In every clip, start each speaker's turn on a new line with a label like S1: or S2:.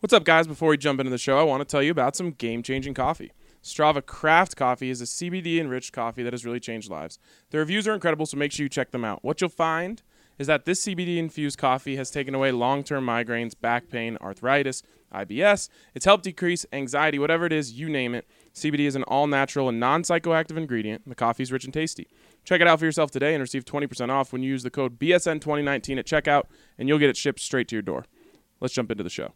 S1: What's up, guys? Before we jump into the show, I want to tell you about some game changing coffee. Strava Craft Coffee is a CBD enriched coffee that has really changed lives. The reviews are incredible, so make sure you check them out. What you'll find is that this CBD infused coffee has taken away long term migraines, back pain, arthritis, IBS. It's helped decrease anxiety, whatever it is, you name it. CBD is an all natural and non psychoactive ingredient. The coffee is rich and tasty. Check it out for yourself today and receive 20% off when you use the code BSN2019 at checkout, and you'll get it shipped straight to your door. Let's jump into the show.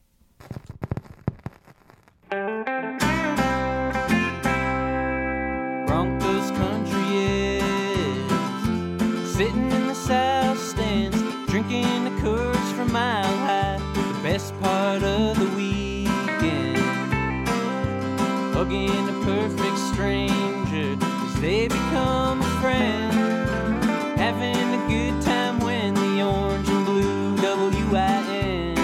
S2: Broncos country is sitting in the south stands, drinking the curds from Mile High. The best part of the weekend, hugging a perfect stranger as they become a friend. Having a good time when the orange and blue WIN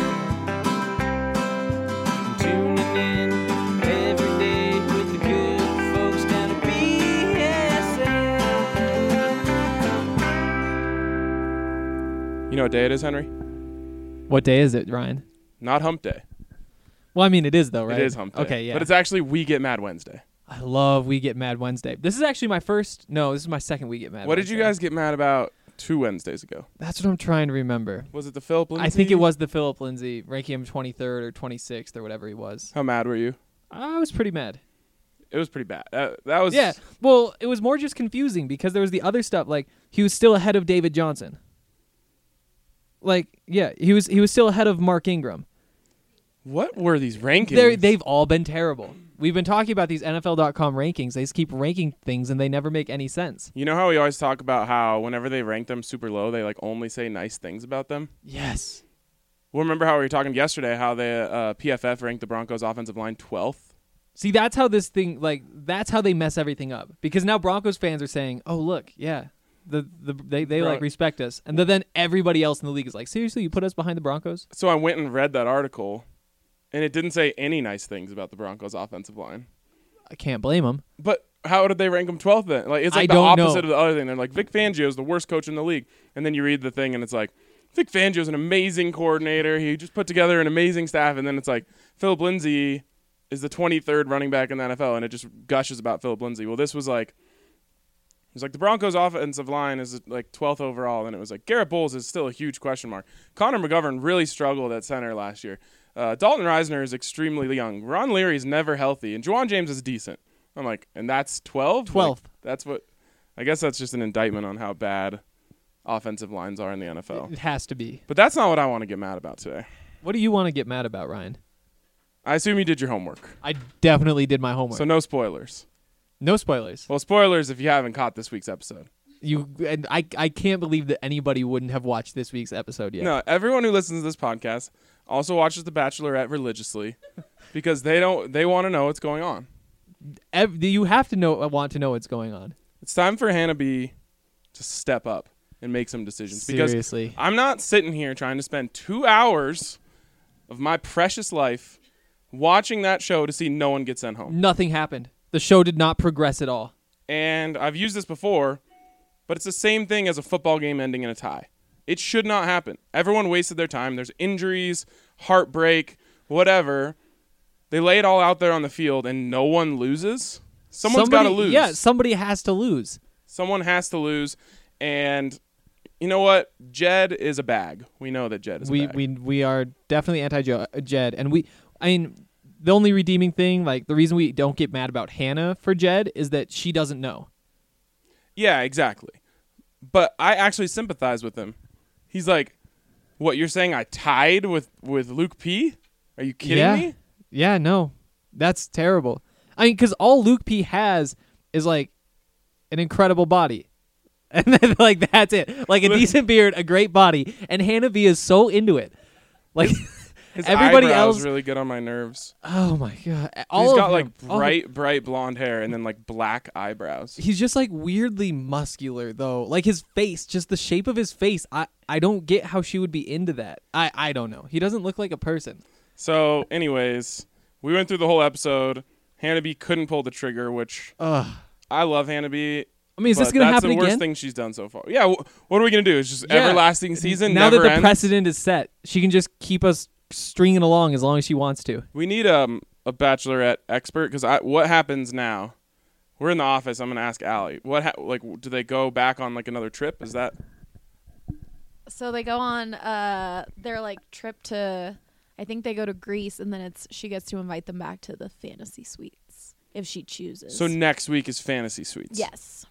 S2: tuning in every day with the good folks down at BSN.
S1: You know what day it is, Henry?
S3: What day is it, Ryan?
S1: Not hump day.
S3: Well, I mean, it is though, right?
S1: It is hump day.
S3: Okay, yeah.
S1: But it's actually We Get Mad Wednesday.
S3: I love We Get Mad Wednesday. This is actually my first. No, this is my second We Get Mad.
S1: what did you
S3: Wednesday.
S1: guys get mad about two Wednesdays ago?
S3: That's what I'm trying to remember.
S1: Was it the Philip Lindsay?
S3: I think it was the Philip Lindsay, ranking him 23rd or 26th or whatever he was.
S1: How mad were you?
S3: I was pretty mad.
S1: It was pretty bad. Uh, that was
S3: Yeah. Well, it was more just confusing because there was the other stuff. Like he was still ahead of David Johnson. Like yeah, he was he was still ahead of Mark Ingram.
S1: What were these rankings?
S3: They're, they've all been terrible. We've been talking about these NFL.com rankings. They just keep ranking things and they never make any sense.
S1: you know how we always talk about how whenever they rank them super low, they like only say nice things about them.
S3: Yes.
S1: Well, remember how we were talking yesterday how the uh, PFF ranked the Broncos offensive line 12th?
S3: See, that's how this thing like that's how they mess everything up because now Broncos fans are saying, "Oh, look, yeah, the the they they
S1: Bro-
S3: like respect us," and then, then everybody else in the league is like, "Seriously, you put us behind the Broncos?"
S1: So I went and read that article, and it didn't say any nice things about the Broncos offensive line.
S3: I can't blame them.
S1: But how did they rank him 12th then? Like it's
S3: I
S1: like the
S3: don't know.
S1: opposite of the other thing. They're like Vic Fangio is the worst coach in the league, and then you read the thing and it's like Vic Fangio is an amazing coordinator. He just put together an amazing staff, and then it's like Philip Lindsay is the 23rd running back in the NFL, and it just gushes about Philip Lindsay. Well, this was like. It was like the Broncos' offensive line is like 12th overall, and it was like Garrett Bowles is still a huge question mark. Connor McGovern really struggled at center last year. Uh, Dalton Reisner is extremely young. Ron Leary is never healthy, and Juwan James is decent. I'm like, and that's 12?
S3: 12th.
S1: that's what. I guess that's just an indictment on how bad offensive lines are in the NFL.
S3: It has to be.
S1: But that's not what I want to get mad about today.
S3: What do you want to get mad about, Ryan?
S1: I assume you did your homework,
S3: I definitely did my homework.
S1: so no spoilers.
S3: no spoilers.
S1: Well, spoilers if you haven't caught this week's episode.
S3: You and I I can't believe that anybody wouldn't have watched this week's episode yet.
S1: No, everyone who listens to this podcast also watches The Bachelorette religiously because they don't they want to know what's going on.
S3: Ev- you have to know uh, want to know what's going on.
S1: It's time for Hannah B to step up and make some decisions because
S3: Seriously.
S1: I'm not sitting here trying to spend 2 hours of my precious life watching that show to see no one get sent home.
S3: Nothing happened. The show did not progress at all.
S1: And I've used this before, but it's the same thing as a football game ending in a tie. It should not happen. Everyone wasted their time. There's injuries, heartbreak, whatever. They lay it all out there on the field and no one loses. Someone's got to
S3: Somebody-
S1: lose.
S3: Yeah, somebody has to lose.
S1: Someone has to lose. And you know what? Jed is a bag. We know that Jed is a
S3: we
S1: bag.
S3: we we are definitely anti Jed, and we I mean the only redeeming thing, like the reason we don't get mad about Hannah for Jed is that she doesn't know.
S1: Yeah, exactly. But I actually sympathize with him. He's like, "What you're saying? I tied with with Luke P? Are you kidding
S3: yeah,
S1: me?"
S3: yeah, no, that's terrible. I mean, because all Luke P has is like an incredible body. And then, like that's it. Like a decent beard, a great body, and Hannah B is so into it. Like
S1: His
S3: everybody
S1: eyebrows
S3: else,
S1: really get on my nerves.
S3: oh my god! All
S1: he's
S3: of
S1: got
S3: him,
S1: like
S3: all of
S1: bright, bright blonde hair and then like black eyebrows.
S3: he's just like weirdly muscular though like his face just the shape of his face i i don't get how she would be into that i i don't know he doesn't look like a person
S1: So, anyways, we went through the whole episode. Hanaby couldn't pull the trigger, which
S3: Ugh.
S1: I love Hanaby.
S3: i mean is this
S1: but
S3: gonna
S1: that's
S3: happen
S1: the worst
S3: again
S1: thing she's done so far. Yeah, wh- what are we gonna do? It's just
S3: Yeah.
S1: everlasting season.
S3: now
S1: never
S3: that the
S1: ends?
S3: precedent is set she can just keep us stringing along as long as she wants to.
S1: We need um, a bachelorette expert because I what happens now? We're in the office. I'm gonna ask Allie. What ha- like do they go back on like another trip? Is that
S4: So they go on uh, their like trip to, I think they go to Greece, and then it's she gets to invite them back to the fantasy suites if she chooses.
S1: so? Next week is fantasy suites.
S4: yes,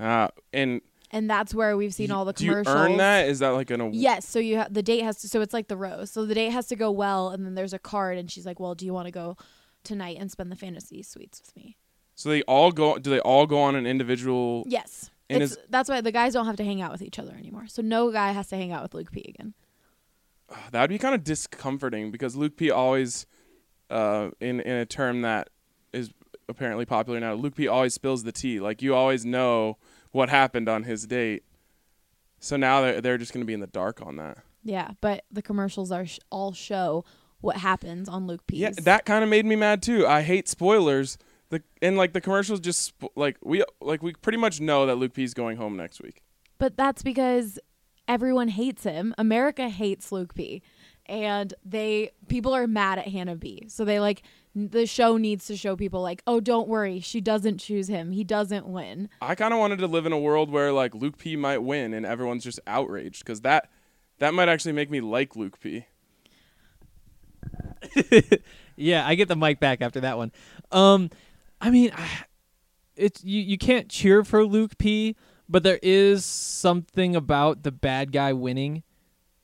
S1: Uh, and
S4: and that's where we've seen
S1: y-
S4: all the
S1: do you
S4: commercials.
S1: earn that? Is that like an award?
S4: Yes, so you ha- the date has to so it's like the rose. So the date has to go well and then there's a card and she's like, "Well, do you want to go tonight and spend the fantasy suites with me?"
S1: So they all go. Do they all go on an individual?
S4: Yes.
S1: And
S4: It's, that's why the guys don't have to hang out with each other anymore. So no guy has to hang out with Luke P again.
S1: That would be kind of discomforting because Luke P always, uh, in in a term that is apparently popular now, Luke P always spills the tea. Like you always know what happened on his date. So now they're they're just gonna be in the dark on that.
S4: Yeah, but the commercials are sh- all show what happens on Luke P's.
S1: Yeah, that kind of made me mad too. I hate spoilers. The and like the commercials just sp- like we like we pretty much know that Luke P's going home next week.
S4: But that's because everyone hates him. America hates Luke P. And they people are mad at Hannah B. So they like n- the show needs to show people like, "Oh, don't worry. She doesn't choose him. He doesn't win."
S1: I kind of wanted to live in a world where like Luke P might win and everyone's just outraged because that that might actually make me like Luke P.
S3: Yeah, I get the mic back after that one. Um, I mean, I- it's you, you can't cheer for Luke P, but there is something about the bad guy winning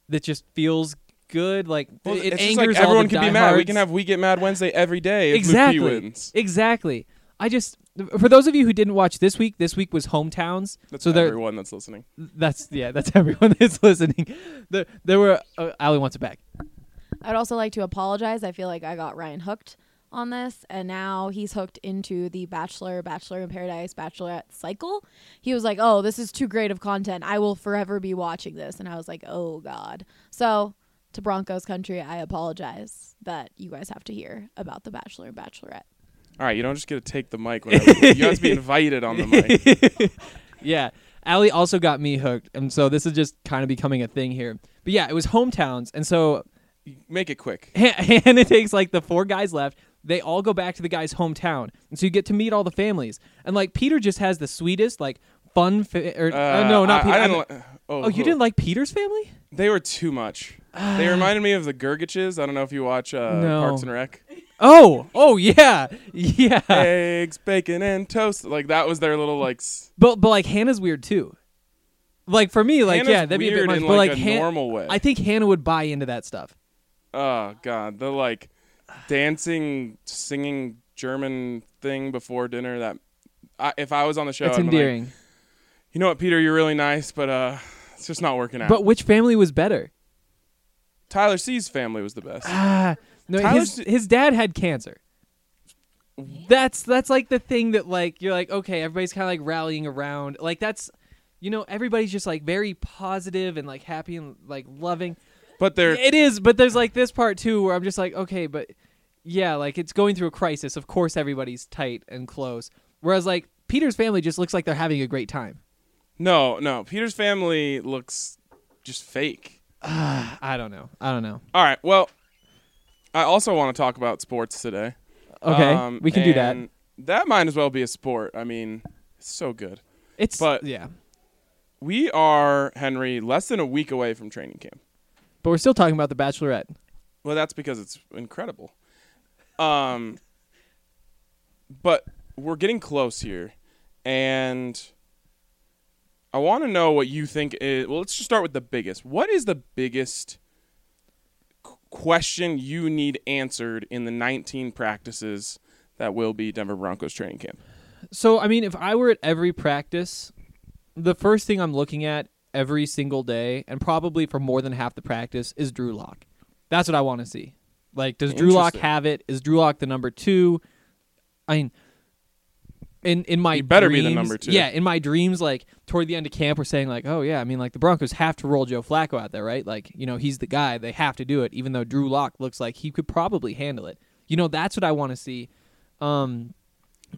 S3: that just feels good. Like
S1: Well,
S3: it
S1: it's just like
S3: angers
S1: everyone
S3: all the
S1: can be mad. We
S3: diehards.
S1: can have we get mad Wednesday every day if
S3: exactly
S1: Luke P wins.
S3: exactly. I just for those of you who didn't watch this week, this week was hometowns.
S1: That's
S3: so there,
S1: everyone that's listening.
S3: that's yeah, that's everyone that's listening. There, there were uh, Ali wants it back.
S4: I'd also like to apologize. I feel like I got Ryan hooked on this, and now he's hooked into the Bachelor, Bachelor in Paradise, Bachelorette cycle. He was like, "Oh, this is too great of content. I will forever be watching this." And I was like, "Oh God." So to Broncos country, I apologize that you guys have to hear about the Bachelor and Bachelorette.
S1: All right, you don't just get to take the mic. Whenever you have to be invited on the mic.
S3: Yeah. Allie also got me hooked. And so this is just kind of becoming a thing here. But yeah, it was hometowns. And so
S1: Make it quick.
S3: Han- Hannah takes like the four guys left. They all go back to the guy's hometown. And so you get to meet all the families. And like Peter just has the sweetest, like fun. Fa- or, uh, no,
S1: I-
S3: not Peter.
S1: I
S3: I
S1: didn't
S3: meant-
S1: li-
S3: oh, you didn't like Peter's family?
S1: They were too much. they reminded me of the Gurgiches. I don't know if you watch uh,
S3: No.
S1: Parks and Rec.
S3: Oh, oh, yeah. Yeah.
S1: Eggs, bacon, and toast. Like that was their little like. s-
S3: But, but like Hannah's weird too. Like for me, like,
S1: Hannah's
S3: yeah, that'd be a bit
S1: weird
S3: much.
S1: in
S3: but
S1: like
S3: like,
S1: a
S3: Han-
S1: normal way.
S3: I think Hannah would buy into that stuff.
S1: Oh god, the like dancing, singing German thing before dinner. That I, if I was on the show,
S3: It's
S1: I'd be like,
S3: endearing.
S1: you know what, Peter, you're really nice, but uh, it's just not working out.
S3: But which family was better?
S1: Tyler C's family was the best.
S3: Ah, no,
S1: Tyler's-
S3: his, his dad had cancer. That's that's like the thing that like you're like okay, everybody's kind of like rallying around. Like that's you know everybody's just like very positive and like happy and like loving.
S1: But they're
S3: It is, but there's like this part too where I'm just like okay, but yeah, like it's going through a crisis. Of course everybody's tight and close. Whereas like Peter's family just looks like they're having a great time.
S1: no, no. Peter's family looks just fake.
S3: I don't know. I don't know.
S1: All right. Well, I also want to talk about sports today.
S3: Okay,
S1: Um,
S3: we can do that.
S1: and That might as well be a sport. I mean, it's so good.
S3: It's
S1: but-
S3: yeah,
S1: We are Henry less than a week away from training camp.
S3: but we're still talking about the Bachelorette.
S1: Well, that's because it's incredible. Um, but we're getting close here, and I want to know what you think. Is, well, let's just start with the biggest. What is the biggest q- question you need answered in the 19 practices that will be Denver Broncos training camp?
S3: So I mean, if I were at every practice, the first thing I'm looking at every single day, and probably for more than half the practice, is Drew Lock. That's what I want to see. Like, does Drew Lock
S1: Interesting.
S3: have it? Is Drew Lock the number two? I mean, in in my
S1: He better be the
S3: dreams-
S1: number two.
S3: Yeah, in my dreams, like toward the end of camp, we're saying like, oh yeah, I mean, like the Broncos have to roll Joe Flacco out there, right? Like, you know, he's the guy. They have to do it, even though Drew Lock looks like he could probably handle it. You know, that's what I want to see. Um,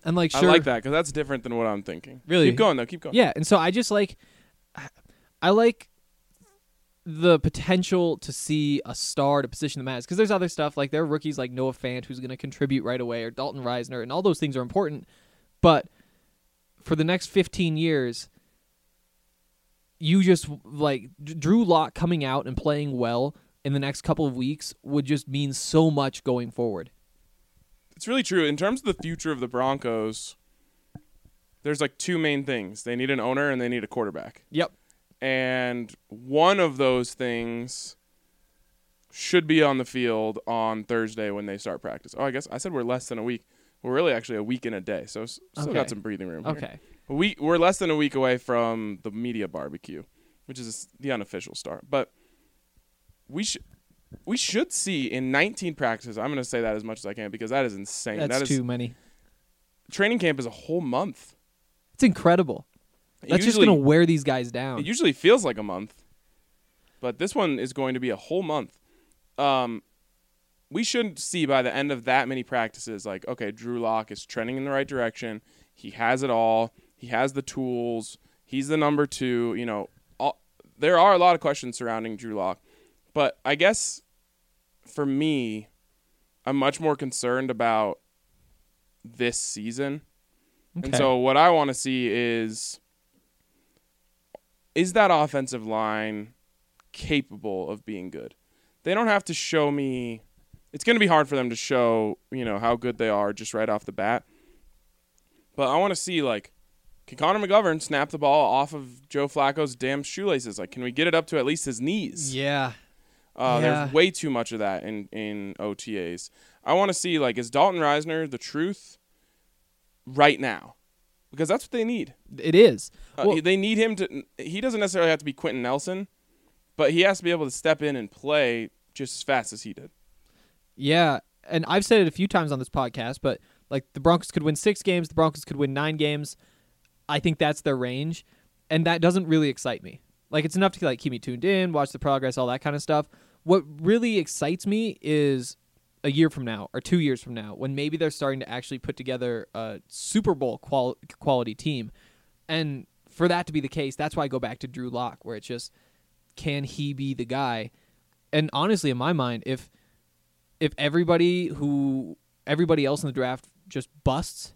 S3: and like, sure,
S1: I like that because that's different than what I'm thinking.
S3: Really?
S1: Keep going though. Keep going.
S3: yeah, and so I just like I like the potential to see a star to position them as because there's other stuff like there are rookies like Noah Fant who's going to contribute right away or Dalton Reisner and all those things are important, but for the next 15 years, you just like D- Drew Lock coming out and playing well in the next couple of weeks would just mean so much going forward.
S1: It's really true. In terms of the future of the Broncos, there's like two main things. They need an owner and they need a quarterback.
S3: Yep.
S1: And one of those things should be on the field on Thursday when they start practice. Oh, I guess I said we're less than a week. We're really actually a week and a day, so s- still
S3: Okay.
S1: got some breathing room. here.
S3: Okay.
S1: A week, we're less than a week away from the media barbecue, which is the unofficial start. But we should we should see in 19 practices. I'm going to say that as much as I can because that is insane.
S3: That's
S1: That is-
S3: too many.
S1: Training camp is a whole month.
S3: It's incredible.
S1: It
S3: That's just
S1: usually-
S3: going to wear these guys down.
S1: It usually feels like a month, but this one is going to be a whole month. Um, we should see by the end of that many practices, like, okay, Drew Locke is trending in the right direction. He has it all. He has the tools. He's the number two. You know, all, there are a lot of questions surrounding Drew Locke, but I guess for me, I'm much more concerned about this season. And
S3: Okay.
S1: so what I want to see is is that offensive line capable of being good? They don't have to show me it's going to be hard for them to show, you know, how good they are just right off the bat. But I want to see like can Connor McGovern snap the ball off of Joe Flacco's damn shoelaces? Like can we get it up to at least his knees?
S3: yeah.
S1: Uh,
S3: Yeah.
S1: There's way too much of that in in OTAs. I want to see like is Dalton Reisner the truth right now? Because that's what they need.
S3: It is.
S1: Uh,
S3: Well-
S1: they need him to. He doesn't necessarily have to be Quentin Nelson, but he has to be able to step in and play just as fast as he did.
S3: Yeah, and I've said it a few times on this podcast, but like the Broncos could win six games, the Broncos could win nine games. I think that's their range, and that doesn't really excite me. Like it's enough to like keep me tuned in, watch the progress, all that kind of stuff. What really excites me is a year from now or two years from now when maybe they're starting to actually put together a Super Bowl qual- quality team, and for that to be the case, that's why I go back to Drew Lock, where it's just can he be the guy? And honestly, in my mind, if if everybody who everybody else in the draft just busts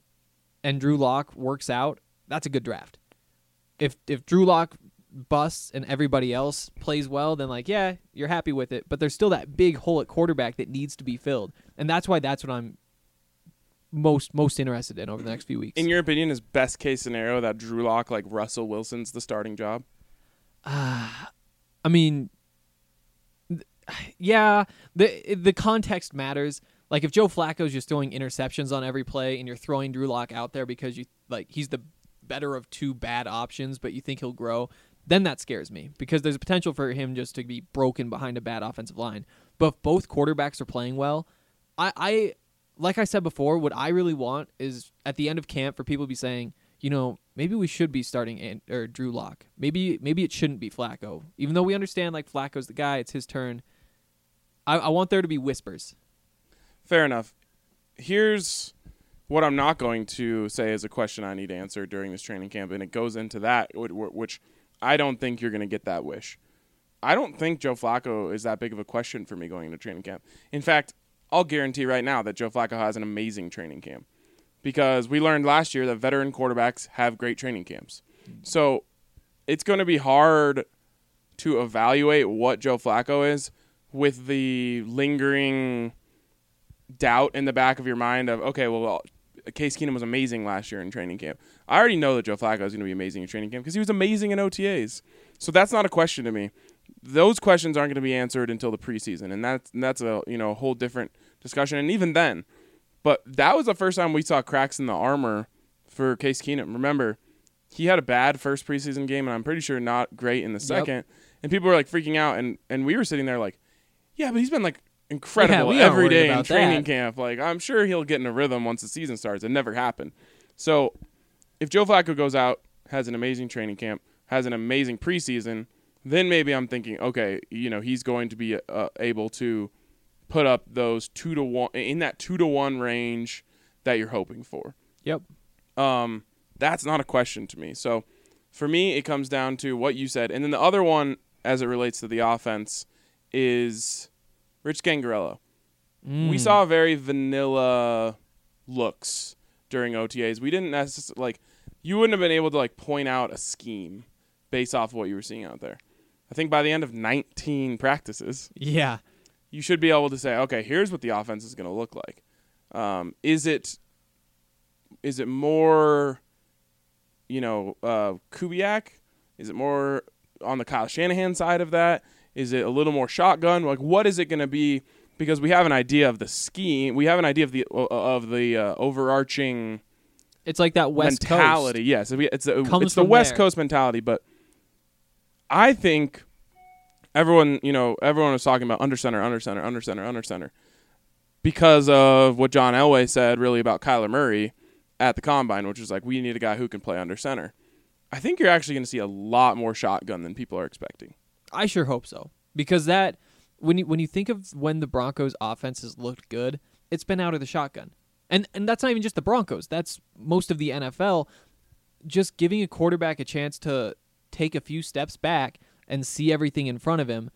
S3: and Drew Lock works out, that's a good draft. If if Drew Lock busts and everybody else plays well, then like yeah, you're happy with it. But there's still that big hole at quarterback that needs to be filled, and that's why that's what I'm most most interested in over the next few weeks.
S1: In your opinion, is best case scenario that Drew Lock like Russell Wilson's the starting job?
S3: I mean, th- yeah, the the context matters. Like if Joe Flacco's just throwing interceptions on every play, and you're throwing Drew Lock out there because you like he's the better of two bad options, but you think he'll grow, then that scares me because there's a potential for him just to be broken behind a bad offensive line. But if both quarterbacks are playing well, I, I like I said before, what I really want is at the end of camp for people to be saying, you know, maybe we should be starting and, or Drew Lock. Maybe maybe it shouldn't be Flacco. Even though we understand like Flacco's the guy, it's his turn. I, I want there to be whispers.
S1: Fair enough. Here's what I'm not going to say is a question I need answered during this training camp, and it goes into that, wh- wh- which I don't think you're going to get that wish. I don't think Joe Flacco is that big of a question for me going into training camp. In fact, I'll guarantee right now that Joe Flacco has an amazing training camp because we learned last year that veteran quarterbacks have great training camps. So it's going to be hard to evaluate what Joe Flacco is with the lingering doubt in the back of your mind of okay, well, Case Keenum was amazing last year in training camp. I already know that Joe Flacco is going to be amazing in training camp because he was amazing in OTAs. So that's not a question to me. Those questions aren't going to be answered until the preseason, and that's and that's a you know a whole different discussion. And even then, but that was the first time we saw cracks in the armor for Case Keenum. Remember, he had a bad first preseason game, and I'm pretty sure not great in the second. And people were like freaking out, and and we were sitting there like, yeah, but he's been like incredible
S3: we aren't
S1: every
S3: worried
S1: day in
S3: about
S1: training
S3: that.
S1: camp. Like I'm sure he'll get in a rhythm once the season starts. It never happened. So if Joe Flacco goes out, has an amazing training camp, has an amazing preseason, then maybe I'm thinking, okay, you know, he's going to be uh, able to put up those two to one in that two to one range that you're hoping for.
S3: Yep.
S1: Um, that's not a question to me. So for me, it comes down to what you said, and then the other one as it relates to the offense is Rich Gangarello.
S3: Mm. Hmm.
S1: We saw very vanilla looks during OTAs. We didn't necessarily like you wouldn't have been able to like point out a scheme based off what you were seeing out there. I think by the end of 19 practices,
S3: Yeah.
S1: you should be able to say, okay, here's what the offense is going to look like. Um, is it is it more, you know, uh, Kubiak? Is it more on the Kyle Shanahan side of that? Is it a little more shotgun? Like, what is it going to be? Because we have an idea of the scheme, we have an idea of the of the uh, overarching
S3: It's like that West
S1: mentality. Yes, we- it's a,
S3: Comes
S1: it's the
S3: from
S1: West
S3: there.
S1: Coast mentality. But I think everyone, you know, everyone was talking about under center, under center, under center, under center, because of what John Elway said really about Kyler Murray at the combine, which is like we need a guy who can play under center. I think you're actually going to see a lot more shotgun than people are expecting.
S3: Coast. I sure hope so because that when you when you think of when the Broncos offense has looked good, it's been out of the shotgun, and and that's not even just the Broncos. That's most of the NFL. Just giving a quarterback a chance to take a few steps back and see everything in front of him.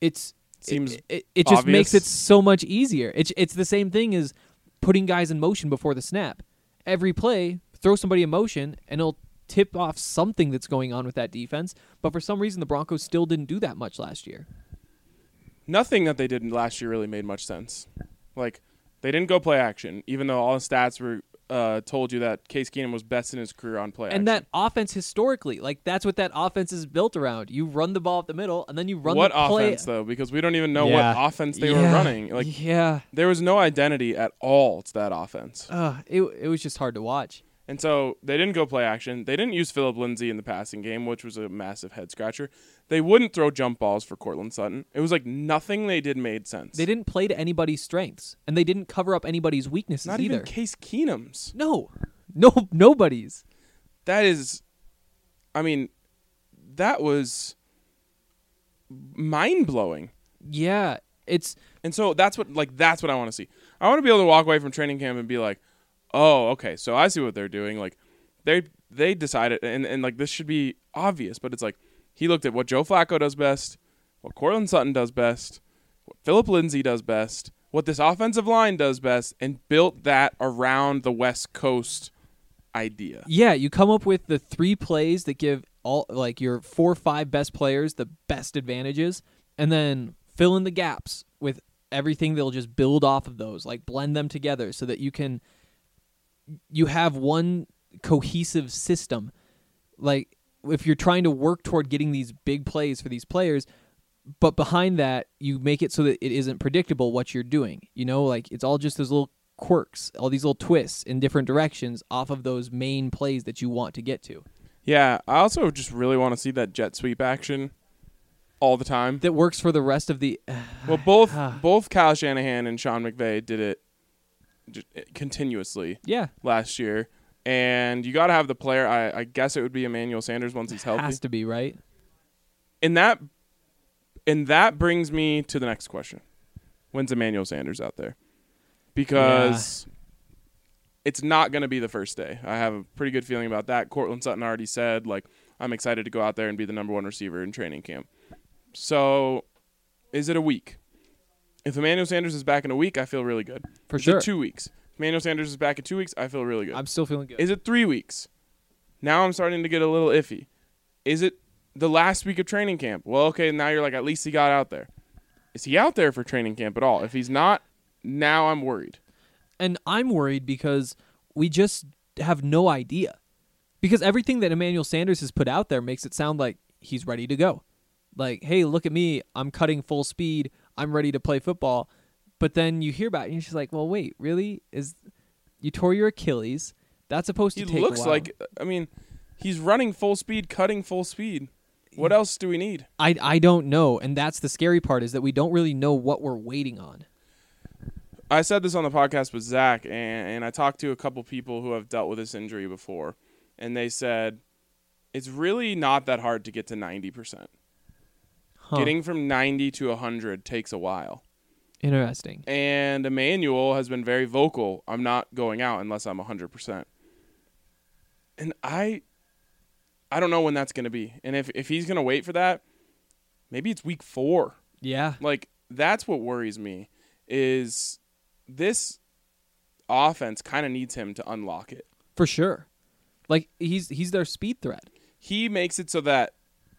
S3: It's
S1: Seems
S3: it, it, it just makes
S1: obvious.
S3: it so much easier. It's it's the same thing as putting guys in motion before the snap. Every play, throw somebody in motion, and it'll tip off something that's going on with that defense. But for some reason, the Broncos still didn't do that much last year.
S1: nothing that they did last year really made much sense. Like they didn't go play action, even though all the stats were uh, told you that Case Keenum was best in his career on play. action.
S3: And that offense historically, like that's what that offense is built around. You run the ball up the middle, and then you run
S1: what
S3: the play.
S1: offense though? Because we don't even know
S3: Yeah.
S1: what offense they were
S3: Yeah.
S1: running. Like
S3: yeah,
S1: there was no identity at all to that offense.
S3: uh, it it was just hard to watch.
S1: And so they didn't go play action. They didn't use Philip Lindsay in the passing game, which was a massive head scratcher. They wouldn't throw jump balls for Cortland Sutton. It was like nothing they did made sense.
S3: They didn't play to anybody's strengths, and they didn't cover up anybody's weaknesses
S1: not
S3: either.
S1: even Case Keenum's.
S3: no, no, nobody's.
S1: that is i mean that was mind-blowing
S3: Yeah, it's
S1: and so that's what like that's what i want to see i want to be able to walk away from training camp and be like oh okay so i see what they're doing like they they decided and, and like this should be obvious but it's like he looked at what joe flacco does best what Cortland sutton does best what philip lindsay does best what this offensive line does best and built that around the west coast idea
S3: yeah, you come up with the three plays that give all like your four or five best players the best advantages and then fill in the gaps with everything they'll just build off of those, like blend them together so that you can you have one cohesive system. Like if you're trying to work toward getting these big plays for these players, but behind that you make it so that it isn't predictable what you're doing. You know, like it's all just those little quirks, all these little twists in different directions off of those main plays that you want to get to.
S1: Yeah, I also just really want to see that jet sweep action all the time.
S3: That works for the rest of the
S1: Well, both
S3: Ah.
S1: both Kyle Shanahan and Sean McVay did it j- eh, continuously
S3: yeah,
S1: last year, and you got to have the player. I, I guess it would be Emmanuel Sanders once he's healthy.
S3: has to be, right?
S1: And that and that brings me to the next question: When's Emmanuel Sanders out there? Because it's not going to be the first day. I have a pretty good feeling about that. Cortland Sutton already said, like, I'm excited to go out there and be the number one receiver in training camp. So, is it a week? If Emmanuel Sanders is back in a week, I feel really good.
S3: For
S1: Is
S3: sure.
S1: it two weeks? If Emmanuel Sanders is back in two weeks, I feel really good.
S3: I'm still feeling good.
S1: Is it three weeks? Now I'm starting to get a little iffy. Is it the last week of training camp? Well, okay, now you're like, at least he got out there. Is he out there for training camp at all? If he's not, now I'm worried.
S3: and I'm worried because we just have no idea. Because everything that Emmanuel Sanders has put out there makes it sound like he's ready to go. Like, hey, look at me. I'm cutting full speed. I'm ready to play football. But then you hear about it and you're just like, well, wait, really? Is you tore your Achilles? That's supposed
S1: He
S3: to take a
S1: looks
S3: while.
S1: like, I mean, he's running full speed, cutting full speed. What else do we need?
S3: I I don't know, and that's the scary part is that we don't really know what we're waiting on.
S1: I said this on the podcast with Zach, and, and I talked to a couple people who have dealt with this injury before, and they said it's really not that hard to get to 90%.
S3: Huh.
S1: Getting from 90 to 100 takes a while.
S3: Interesting.
S1: And Emmanuel has been very vocal. I'm not going out unless I'm 100%. And I I don't know when that's going to be. And if if he's going to wait for that, Maybe it's week four.
S3: Yeah.
S1: Like that's what worries me is this offense kind of needs him to unlock it.
S3: For sure. Like he's he's their speed threat.
S1: He makes it so that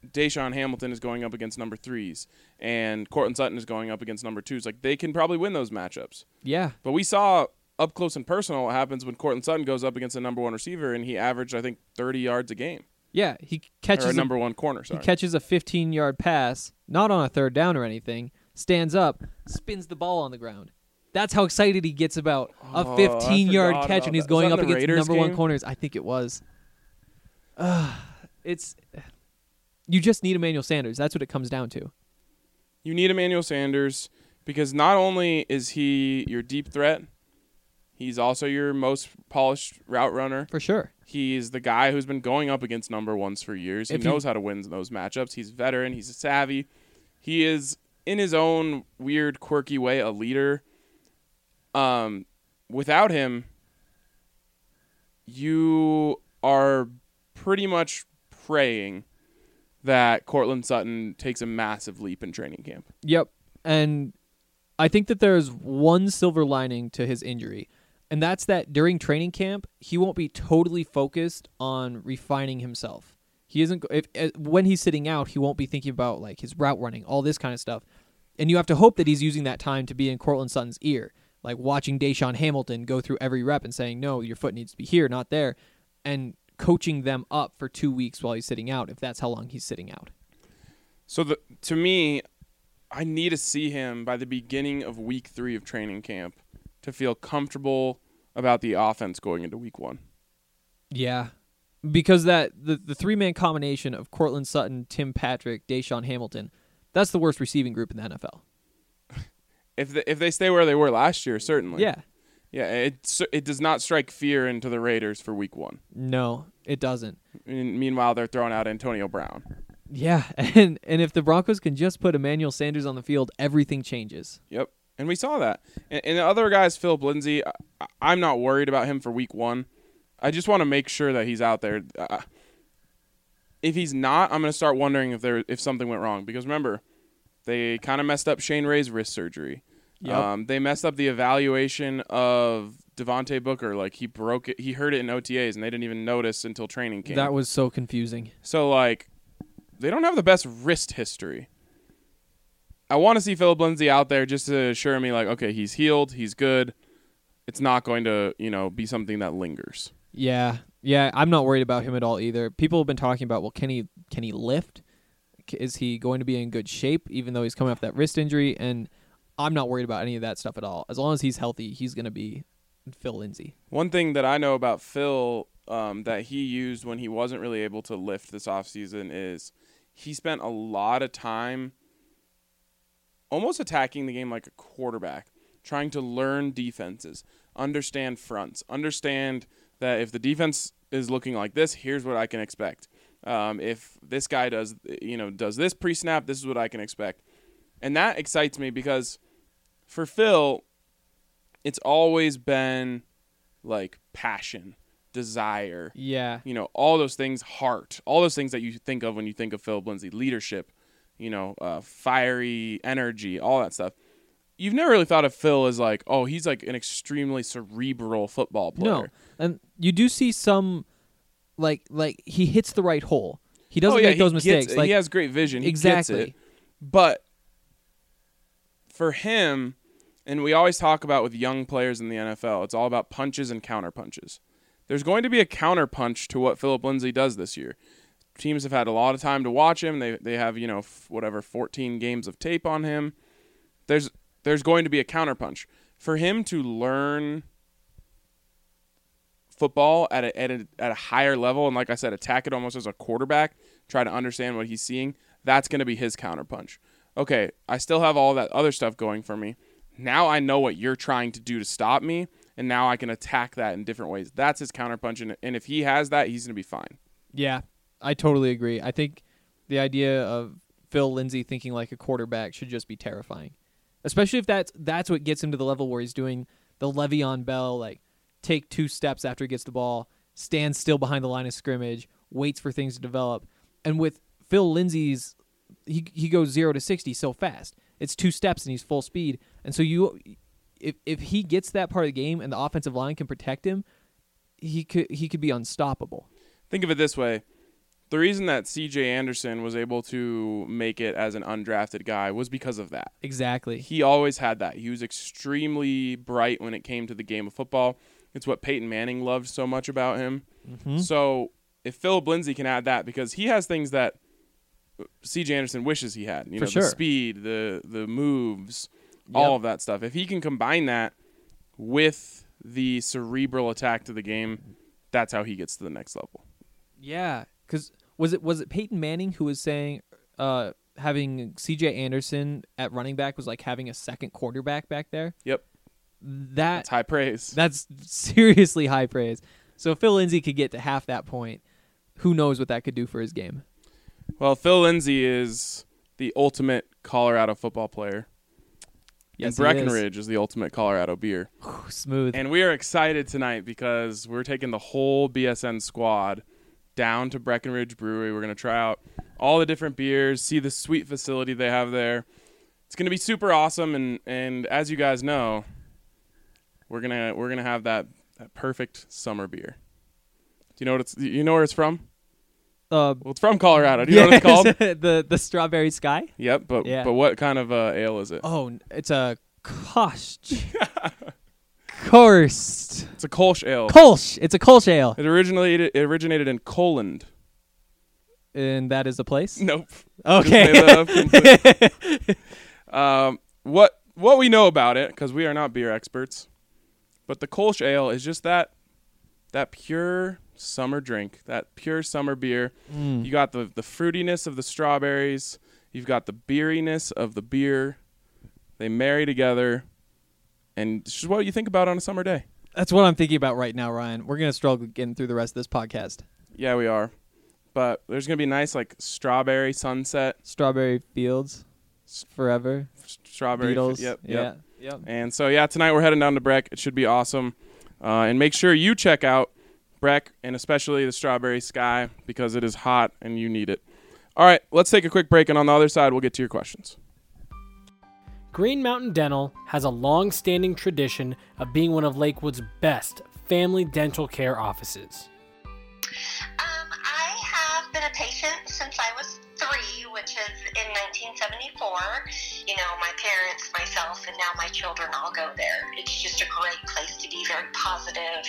S1: Deshaun Hamilton is going up against number threes and Cortland Sutton is going up against number twos. Like they can probably win those matchups.
S3: Yeah.
S1: But we saw up close and personal what happens when Cortland Sutton goes up against a number one receiver and he averaged I think thirty yards a game.
S3: Yeah. He
S1: or a
S3: catches a,
S1: number one corner,
S3: he
S1: sorry.
S3: catches a 15 yard pass, not on a third down or anything. Stands up, spins the ball on the ground. That's how excited he gets about
S1: Oh,
S3: a
S1: I
S3: 15 yard
S1: forgot
S3: catch
S1: about
S3: when he's
S1: that. Was
S3: going
S1: that
S3: up
S1: in the
S3: against
S1: Raiders
S3: number one
S1: game?
S3: corners. I think it was. Ugh, it's you just need Emmanuel Sanders. That's what it comes down to.
S1: You need Emmanuel Sanders because not only is he your deep threat, he's also your most polished route runner.
S3: For sure.
S1: He's the guy who's been going up against number ones for years. He
S3: If you-
S1: knows how to win those matchups. He's veteran. He's savvy. He is, in his own weird, quirky way, a leader. Um, without him, you are pretty much praying that Cortland Sutton takes a massive leap in training camp.
S3: Yep. And I think that there's one silver lining to his injury, and that's that during training camp, he won't be totally focused on refining himself. He isn't go- if, eh, when he's sitting out, he won't be thinking about like his route running, all this kind of stuff. And you have to hope that he's using that time to be in Cortland Sutton's ear, like watching Deshaun Hamilton go through every rep and saying, "No, your foot needs to be here, not there," and coaching them up for 2 weeks while he's sitting out if that's how long he's sitting out.
S1: So the, to me, I need to see him by the beginning of week three of training camp to feel comfortable about the offense going into week one.
S3: Yeah. Because that the, the three man combination of Cortland Sutton, Tim Patrick, Deshaun Hamilton, that's the worst receiving group in the NFL.
S1: If the, if they stay where they were last year, certainly.
S3: Yeah.
S1: yeah. It cer- it does not strike fear into the Raiders for week one.
S3: No, it doesn't.
S1: And meanwhile, they're throwing out Antonio Brown.
S3: Yeah. And and if the Broncos can just put Emmanuel Sanders on the field, everything changes.
S1: Yep. And we saw that. And, and the other guys, Philip Lindsay, I, I'm not worried about him for week one. I just want to make sure that he's out there. Uh, if he's not, I'm going to start wondering if there if something went wrong. Because remember, they kind of messed up Shane Ray's wrist surgery.
S3: Yep.
S1: Um, they messed up the evaluation of Devontae Booker. Like he broke it, he hurt it in OTAs, and they didn't even notice until training camp.
S3: That was so confusing.
S1: So like, they don't have the best wrist history. I want to see Philip Lindsay out there just to assure me like, okay, he's healed, he's good. It's not going to you know be something that lingers.
S3: Yeah. Yeah, I'm not worried about him at all either. People have been talking about, well, can he can he lift? C- Is he going to be in good shape even though he's coming off that wrist injury? And I'm not worried about any of that stuff at all. As long as he's healthy, he's going to be Phil Lindsay.
S1: One thing that I know about Phil um, that he used when he wasn't really able to lift this offseason is he spent a lot of time almost attacking the game like a quarterback, trying to learn defenses, understand fronts, understand that if the defense is looking like this, here's what I can expect. Um, if this guy does, you know, does this pre snap, this is what I can expect. And that excites me because for Phil, it's always been like passion, desire,
S3: Yeah.
S1: you know, all those things, heart, all those things that you think of when you think of Philip Lindsay, leadership, you know, uh, fiery energy, all that stuff. You've never really thought of Phil as like, oh, he's like an extremely cerebral football player.
S3: No. And you do see some like like he hits the right hole. He doesn't
S1: oh, yeah,
S3: make those
S1: he gets
S3: mistakes.
S1: it.
S3: Like
S1: he has great vision. He
S3: exactly.
S1: Gets it. But for him, and we always talk about with young players in the NFL, it's all about punches and counter punches. There's going to be a counter punch to what Philip Lindsay does this year. Teams have had a lot of time to watch him. They they have you know f- whatever 14 games of tape on him. There's there's going to be a counter punch for him to learn football at a, at a at a higher level and like I said attack it almost as a quarterback try to understand what he's seeing that's going to be his counterpunch okay I still have all that other stuff going for me now I know what you're trying to do to stop me and now I can attack that in different ways that's his counterpunch and, and if he has that he's going to be fine
S3: Yeah, I totally agree. I think the idea of Phil Lindsay thinking like a quarterback should just be terrifying, especially if that's that's what gets him to the level where he's doing the Le'Veon Bell like take two steps after he gets the ball, stands still behind the line of scrimmage, waits for things to develop, and with Phil Lindsay's he he goes zero to sixty so fast. It's two steps and he's full speed. And so you, if if he gets that part of the game and the offensive line can protect him, he could he could be unstoppable.
S1: Think of it this way. The reason that CJ Anderson was able to make it as an undrafted guy was because of that.
S3: Exactly.
S1: He always had that. He was extremely bright when it came to the game of football. It's what Peyton Manning loved so much about him.
S3: Mm-hmm.
S1: So if Philip Lindsay can add that, because he has things that CJ Anderson wishes he had, you
S3: For
S1: know,
S3: sure.
S1: the speed, the the moves, all
S3: Yep.
S1: of that stuff. If he can combine that with the cerebral attack to the game, that's how he gets to the next level.
S3: Yeah, because was it was it Peyton Manning who was saying uh, having C.J. Anderson at running back was like having a second quarterback back there.
S1: Yep,
S3: That
S1: it's high praise.
S3: That's seriously high praise. So if Phil Lindsay could get to half that point. Who knows what that could do for his game?
S1: Well, Phil Lindsay is the ultimate Colorado football player.
S3: Yes,
S1: and Breckenridge is. the ultimate Colorado beer.
S3: He is. smooth.
S1: And we are excited tonight because we're taking the whole BSN squad down to Breckenridge Brewery. We're going to try out all the different beers, see the sweet facility they have there. It's going to be super awesome and and as you guys know, we're going to we're going to have that that perfect summer beer. Do you know what it's you know where it's from?
S3: Uh,
S1: Well, it's from Colorado. Do you know what it's called?
S3: the the strawberry sky.
S1: Yep, but
S3: Yeah.
S1: but what kind of uh, ale is it?
S3: Oh, n- it's a kosh. Korst.
S1: It's a Kolsch ale.
S3: Kolsch. It's a Kolsch ale.
S1: it originated it originated in Poland.
S3: And that is the place.
S1: Nope.
S3: Okay.
S1: Just made that up completely. um, what what we know about it because we are not beer experts, but the Kolsch ale is just that that pure summer drink, that pure summer beer.
S3: Hmm.
S1: You got the the fruitiness of the strawberries. You've got the beeriness of the beer. They marry together, and it's just what you think about on a summer day.
S3: That's what I'm thinking about right now, Ryan. We're gonna struggle getting through the rest of this podcast.
S1: Yeah, we are. But there's gonna be a nice like strawberry sunset,
S3: Strawberry fields, forever.
S1: s- strawberry. fi-
S3: Beatles.
S1: Yep. Yep.
S3: Yeah. Yep.
S1: And so yeah, tonight we're heading down to Breck. It should be awesome. Uh, and make sure you check out Breck and especially the strawberry sky because it is hot and you need it. All right, let's take a quick break, and on the other side, we'll get to your questions.
S5: Green Mountain Dental has a long standing tradition of being one of Lakewood's best family dental care offices.
S6: Um, I have been a patient since I was three, which is in 1974. You know, my parents, myself, and now my children all go there. It's just a great place to be, very positive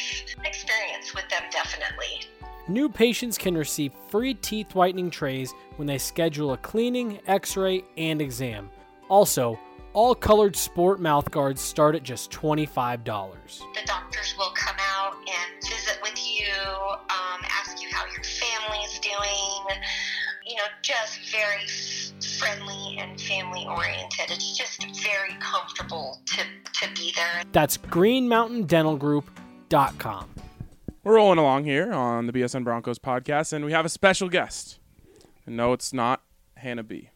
S6: experience with them, definitely.
S5: New patients can receive free teeth whitening trays when they schedule a cleaning, x ray, and exam. Also, all colored sport mouth guards start at just $25.
S6: The doctors will come out and visit with you, um, ask you how your family's doing. You know, just very f- friendly and family oriented. It's just very comfortable to, to be there.
S5: That's greenmountaindentalgroup.com.
S1: We're rolling along here on the BSN Broncos podcast, and we have a special guest. And no, it's not Hannah B.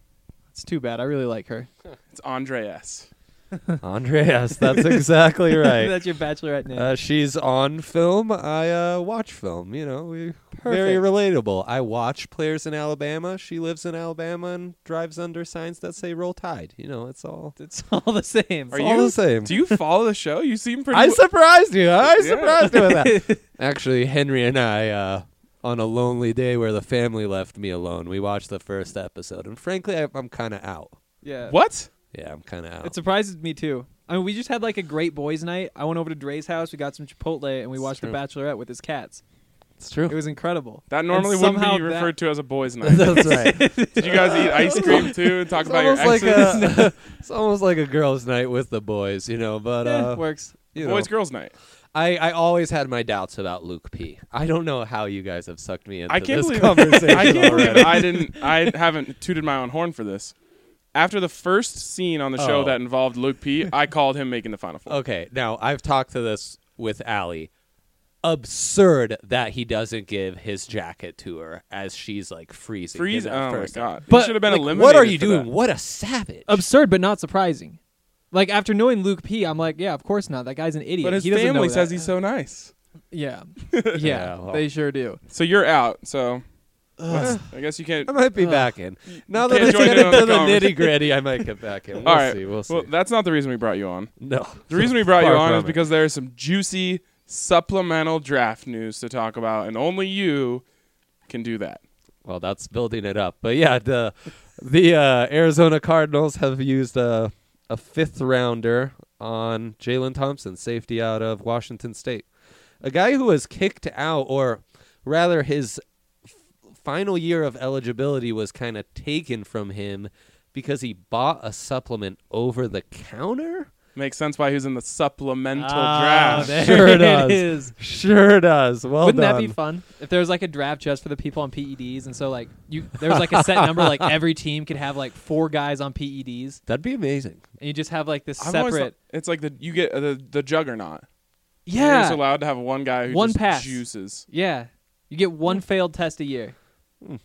S3: It's too bad. I really like her.
S1: It's Andre S.
S7: Andreas, that's exactly right.
S3: That's your bachelorette name.
S7: Uh, she's on film. I uh, watch film. You know, we very
S3: Perfect.
S7: relatable. I watch players in Alabama. She lives in Alabama and drives under signs that say "Roll Tide." You know, it's all
S3: it's all the same.
S7: all the same.
S1: Do you follow the show? You seem pretty.
S7: I surprised you. I surprised you with that. Actually, Henry and I, uh, on a lonely day where the family left me alone, we watched the first episode, and frankly, I, I'm kind of out.
S3: yeah.
S1: what?
S7: Yeah, I'm kind of out.
S3: It surprises me too. I mean, we just had like a great boys' night. I went over to Dre's house. We got some Chipotle, and we watched The Bachelorette with his cats.
S7: it's true.
S3: It was incredible.
S1: That normally
S3: And
S1: wouldn't
S3: somehow
S1: be referred to as a boys' night.
S7: That's right.
S1: Did you guys eat ice cream too and talk
S7: It's
S1: about your
S7: almost like
S1: exes?
S7: a, it's almost like a girls' night with the boys, you know. But
S3: that, eh,
S7: uh,
S3: works.
S7: you know,
S1: boys, girls' night.
S7: I, I always had my doubts about Luke P. I don't know how you guys have sucked me into
S1: I can't
S7: this
S1: believe
S7: conversation
S1: I can't
S7: already.
S1: believe I didn't. I haven't tooted my own horn for this. After the first scene on the show
S7: Oh.
S1: that involved Luke P, I called him making the final four.
S7: Okay, now I've talked to this with Allie. Absurd that he doesn't give his jacket to her as she's like freezing.
S1: Freeze!
S7: in that
S1: Oh my
S7: first-
S1: god!
S3: But,
S1: you should have been
S7: Like,
S1: eliminated.
S7: what are you
S1: for
S7: doing?
S1: that.
S7: What a savage!
S3: Absurd, but not surprising. Like after knowing Luke P, I'm like, yeah, of course not. That guy's an idiot.
S1: But his
S3: he doesn't know
S1: family
S3: that.
S1: says he's so nice.
S3: Yeah, yeah,
S7: well.
S3: they sure do.
S1: So you're out. So What's- I guess you can't.
S7: I might be back in. Now that
S1: can't
S7: I
S1: join
S7: get
S1: in on
S7: into
S1: the
S7: the
S1: conversation.
S7: nitty gritty, I might get back in. We'll
S1: All right.
S7: see. We'll see.
S1: Well, that's not the reason we brought you on.
S7: no.
S1: The reason we brought you
S7: Far
S1: on is
S7: from it.
S1: because there is some juicy supplemental draft news to talk about, and only you can do that.
S7: Well, that's building it up. But yeah, the the uh, Arizona Cardinals have used a a fifth rounder on Jalen Thompson, safety out of Washington State, a guy who was kicked out, or rather, his f- final year of eligibility was kind of taken from him because he bought a supplement over the counter.
S1: Makes sense why he's in the supplemental
S3: Ah,
S1: draft.
S3: there
S7: Sure
S3: it
S7: does.
S3: is.
S7: Sure does. Well
S3: Wouldn't
S7: done.
S3: that be fun if there was like a draft just for the people on PEDs, and so like you there was like a set number, like every team could have like four guys on PEDs,
S7: That'd be amazing.
S3: and you just have like this
S1: I've always
S3: separate.
S1: thought- it's like the you get uh, the the juggernaut. You're just
S3: yeah,
S1: allowed to have one guy who
S3: One
S1: just
S3: pass.
S1: juices.
S3: yeah. You get one failed test a year. I don't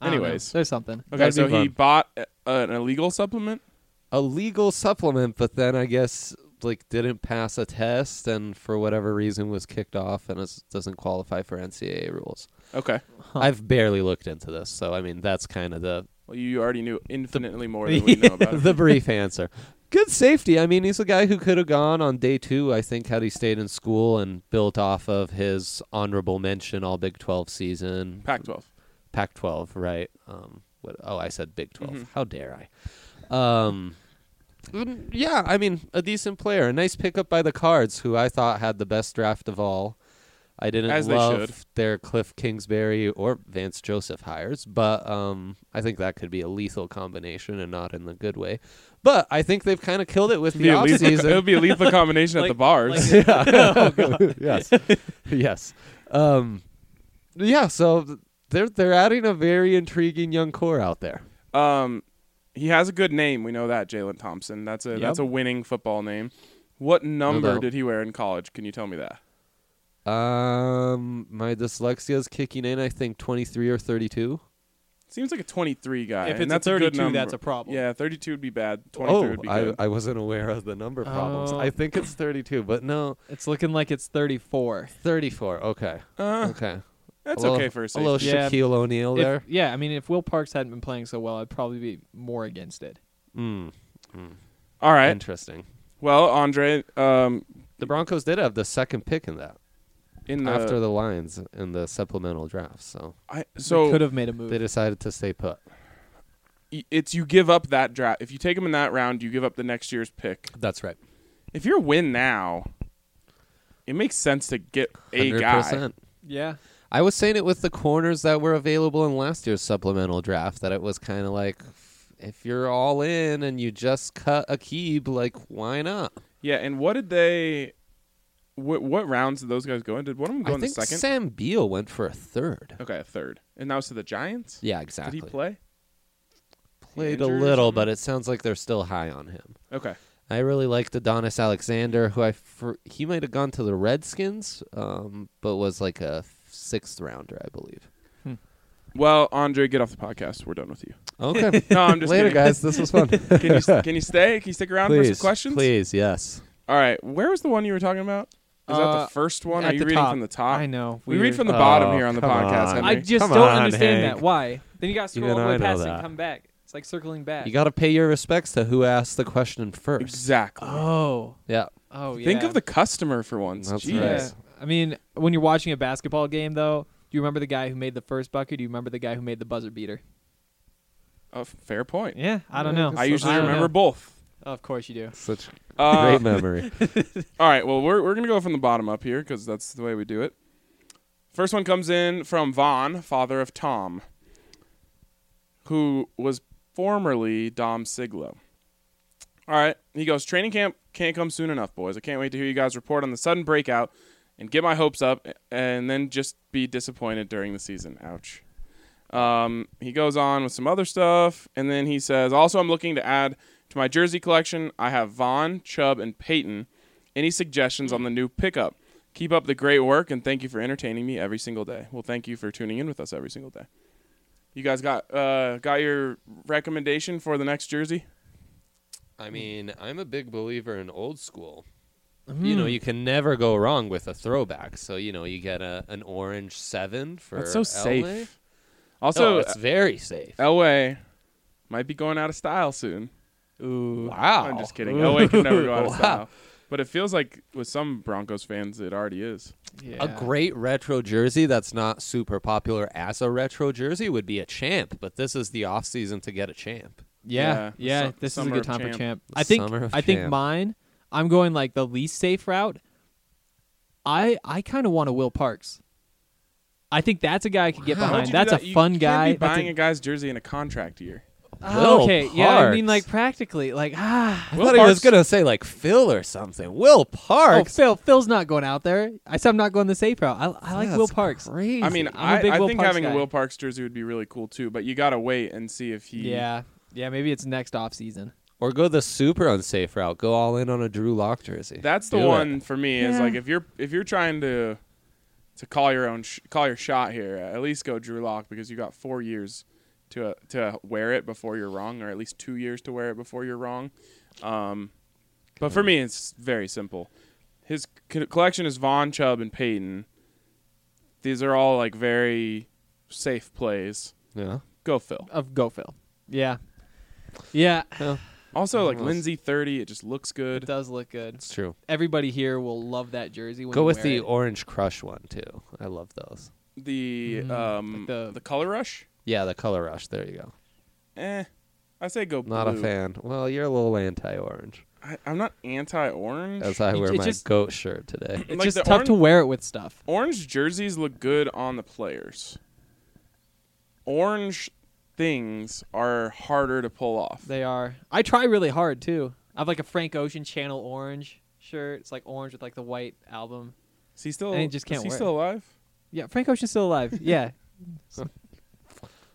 S3: know.
S1: Anyways.
S3: there's something.
S1: Okay,
S7: That'd be
S1: so he
S7: fun.
S1: bought a, an illegal supplement.
S7: a legal supplement, but then I guess like didn't pass a test and for whatever reason was kicked off and is, doesn't qualify for NCAA rules.
S1: Okay,
S7: I've barely looked into this, so I mean that's kind of the
S1: well you already knew infinitely more than we know about. it.
S7: the brief answer. Good safety. I mean, he's a guy who could have gone on day two. I think had he stayed in school and built off of his honorable mention all Big Twelve season,
S1: Pac-12.
S7: Pac-12, right? Um, what, oh, I said Big 12. How dare I? Um, mm, yeah, I mean, a decent player, a nice pickup by the Cards, who I thought had the best draft of all. I didn't
S1: As they
S7: love
S1: should.
S7: their Cliff Kingsbury or Vance Joseph hires, but um, I think that could be a lethal combination and not in the good way. But I think they've kind of killed it with
S1: It'd
S7: the
S1: be a lethal-
S7: offseason.
S1: It would be a lethal combination at
S3: Like-
S1: the bars.
S3: like-
S7: yes, yes. Um, yeah, so th- they're they're adding a very intriguing young core out there.
S1: um, he has a good name. We know that Jalen Thompson. That's a that's a winning football name. What number
S7: doubt.
S1: did he wear in college? Can you tell me that?
S7: Um, my dyslexia is kicking in. I think twenty three or thirty two.
S1: Seems like a 23 guy.
S3: If
S1: and
S3: it's a
S1: that's a good
S3: 32,
S1: number.
S3: that's a problem.
S1: Yeah, 32 would be bad. 23
S7: Oh,
S1: would be
S7: I,
S1: good.
S7: I wasn't aware of the number problems.
S3: Oh.
S7: I think it's thirty two, but no,
S3: It's looking like it's 34.
S7: thirty four. Okay,
S1: uh,
S7: okay,
S1: that's
S7: a little,
S1: okay for a
S7: a
S1: safety.
S7: little
S3: Yeah.
S7: Shaquille O'Neal
S3: If-
S7: there.
S3: yeah, I mean, if Will Parks hadn't been playing so well, I'd probably be more against it.
S7: Mm,
S1: All right.
S7: Interesting.
S1: Well, Andre, um,
S7: The Broncos did have the second pick in that
S1: in the,
S7: after the Lions in the supplemental draft, so
S1: I,
S3: So could
S1: so
S3: have made a move.
S7: they decided to stay put.
S1: y- it's you give up that draft. If you take him in that round, you give up the next year's pick.
S7: That's right.
S1: If you're win now, it makes sense to get a guy.
S3: Yeah,
S7: I was saying it with the corners that were available in last year's supplemental draft that it was kind of like if you're all in and you just cut a keeb, like why not?
S1: Yeah, and what did they? What, what rounds did those guys go in? Did one of them go
S7: I
S1: in the
S7: think
S1: second?
S7: Sam Beal went for a third.
S1: okay, a third, and that was to the Giants.
S7: Yeah, exactly.
S1: Did he play?
S7: Played a
S1: injured or
S7: little,
S1: something?
S7: but it sounds like they're still high on him.
S1: Okay,
S7: I really liked Adonis Alexander, who I fr- he might have gone to the Redskins, um, but was like a sixth rounder, I believe.
S1: Well, Andre, get off the podcast. We're done with you.
S7: Okay,
S1: No, I'm just
S7: later,
S1: kidding.
S7: guys. This was fun.
S1: Can you can you stay? Can you stick around for
S7: please,
S1: some questions?
S7: please, yes.
S1: All right. Where was the one you were talking about? Is that
S3: Uh,
S1: the first one? Are
S3: at
S1: you
S3: the
S1: reading
S3: top.
S1: from the top?
S3: I know.
S1: We read
S3: Weird.
S1: from the
S7: Oh,
S1: bottom here on the
S7: come
S1: podcast.
S7: on.
S1: Henry.
S3: I just
S7: Come
S3: don't
S7: on,
S3: understand
S7: Hank.
S3: that. Why? Then you got to go
S7: Even
S3: all the way
S7: I know
S3: past it
S7: that.
S3: and come back. It's like circling back.
S7: You got to pay your respects to who asked the question first.
S1: exactly.
S3: oh,
S7: Yeah.
S3: oh yeah.
S1: Think of the customer for once.
S7: That's
S1: Jeez.
S3: Yeah. I mean, when you're watching a basketball game, though, do you remember the guy who made the first bucket? Do you remember the guy who made the buzzer beater?
S1: A Oh, fair point.
S3: Yeah, I don't
S7: Yeah,
S3: know.
S1: I usually
S3: don't
S1: remember
S3: know.
S1: both.
S3: of course you do.
S7: Such
S1: Uh,
S7: great memory.
S1: all right. Well, we're we're gonna go from the bottom up here because that's the way we do it. First one comes in from Vaughn, father of Tom, who was formerly Dom Siglo. All right. He goes, training camp can't come soon enough, boys. I can't wait to hear you guys report on the sudden breakout and get my hopes up and then just be disappointed during the season. Ouch. Um, he goes on with some other stuff. And then he says, also, I'm looking to add to my jersey collection. I have Vaughn, Chubb, and Peyton. Any suggestions on the new pickup? Keep up the great work and thank you for entertaining me every single day. Well, thank you for tuning in with us every single day. You guys got uh, got your recommendation for the next jersey?
S7: I mean, I'm a big believer in old school.
S1: Mm.
S7: You know, you can never go wrong with a throwback. So you know, you get a an orange seven for
S1: That's so
S7: LA.
S1: safe. Also,
S8: So Oh, it's very safe.
S1: Elway might be going out of style soon. Ooh.
S8: Wow.
S1: I'm just kidding. Elway could never go out of
S8: Wow.
S1: style. But it feels like with some Broncos fans, it already is.
S3: Yeah.
S8: A great retro jersey that's not super popular as a retro jersey would be a champ, but this is the off season to get a champ.
S1: Yeah,
S3: Yeah, yeah.
S1: su-
S3: this is a
S1: summer
S3: good
S1: of
S3: time
S1: champ.
S3: for champ.
S7: The
S3: I think.
S7: summer of
S3: I think
S7: champ.
S3: mine. I'm going like the least safe route. I I kind of want a Will Parks. I think that's a guy I could get
S7: Wow. Why
S1: How'd
S3: behind.
S1: you do
S3: That's
S1: that?
S3: a
S1: You
S3: fun
S1: can't
S3: guy.
S1: Be
S3: That's
S1: buying
S3: a-
S1: a guy's jersey in a contract year.
S3: Oh, okay, yeah. I mean, like
S7: Parks.
S3: practically, like ah.
S7: I
S1: Will
S7: thought he was
S1: Parks-
S7: gonna say like Phil or something. Will
S3: Oh,
S7: Parks.
S3: Phil. Phil's not going out there. I said I'm not going the safe route. I, I like Will
S7: That's
S3: Parks.
S7: Crazy.
S1: I mean,
S3: I'm a
S1: I,
S3: big
S1: I
S3: Will
S1: think
S3: Parks
S1: having a
S3: guy.
S1: Will Parks jersey would be really cool too. But you gotta wait and see if he.
S3: Yeah, yeah. Maybe it's next off season.
S7: or go the super unsafe route. Go all in on a Drew Lock jersey.
S1: That's the
S7: Do it.
S1: one for me. Is
S4: Yeah.
S1: like if you're if you're trying to to call your own sh- call your shot here, at least go Drew Lock because you got four years to to wear it before you're wrong, or at least two years to wear it before you're wrong. Um, but for me, it's very simple. His co- collection is Von Chubb and Peyton. These are all like very safe plays.
S7: Yeah.
S1: Go Phil.
S3: Of go Phil. Yeah, yeah.
S1: Also, like
S7: Nice.
S1: Lindsey thirty, it just looks
S3: It
S1: good.
S3: does look good.
S7: It's true.
S3: Everybody here will love that jersey. When
S7: Go
S3: you
S7: with
S3: wear
S7: the
S3: it.
S7: orange crush one too. I love those.
S1: The
S7: Mm-hmm.
S1: um
S3: like the-
S1: the color rush.
S7: Yeah, the color rush. There you go.
S1: Eh, I say go.
S7: Not a
S1: blue.
S7: fan. Well, you're a little anti-orange.
S1: I, I'm not anti-orange.
S7: As I
S3: It-
S7: wear
S3: it
S7: my
S3: just-
S7: goat shirt today.
S3: It's
S1: Like
S3: just
S1: the
S3: tough to
S1: orange-
S3: wear it with stuff.
S1: orange jerseys look good on the players. Orange things are harder to pull off.
S3: They are. I try really hard too. I have like a Frank Ocean Channel Orange shirt. It's like orange with like the white album.
S1: is he still?
S3: and you just can't
S1: is he
S3: wear
S1: still
S3: it.
S1: alive?
S3: Yeah, Frank Ocean's still alive. Yeah, It's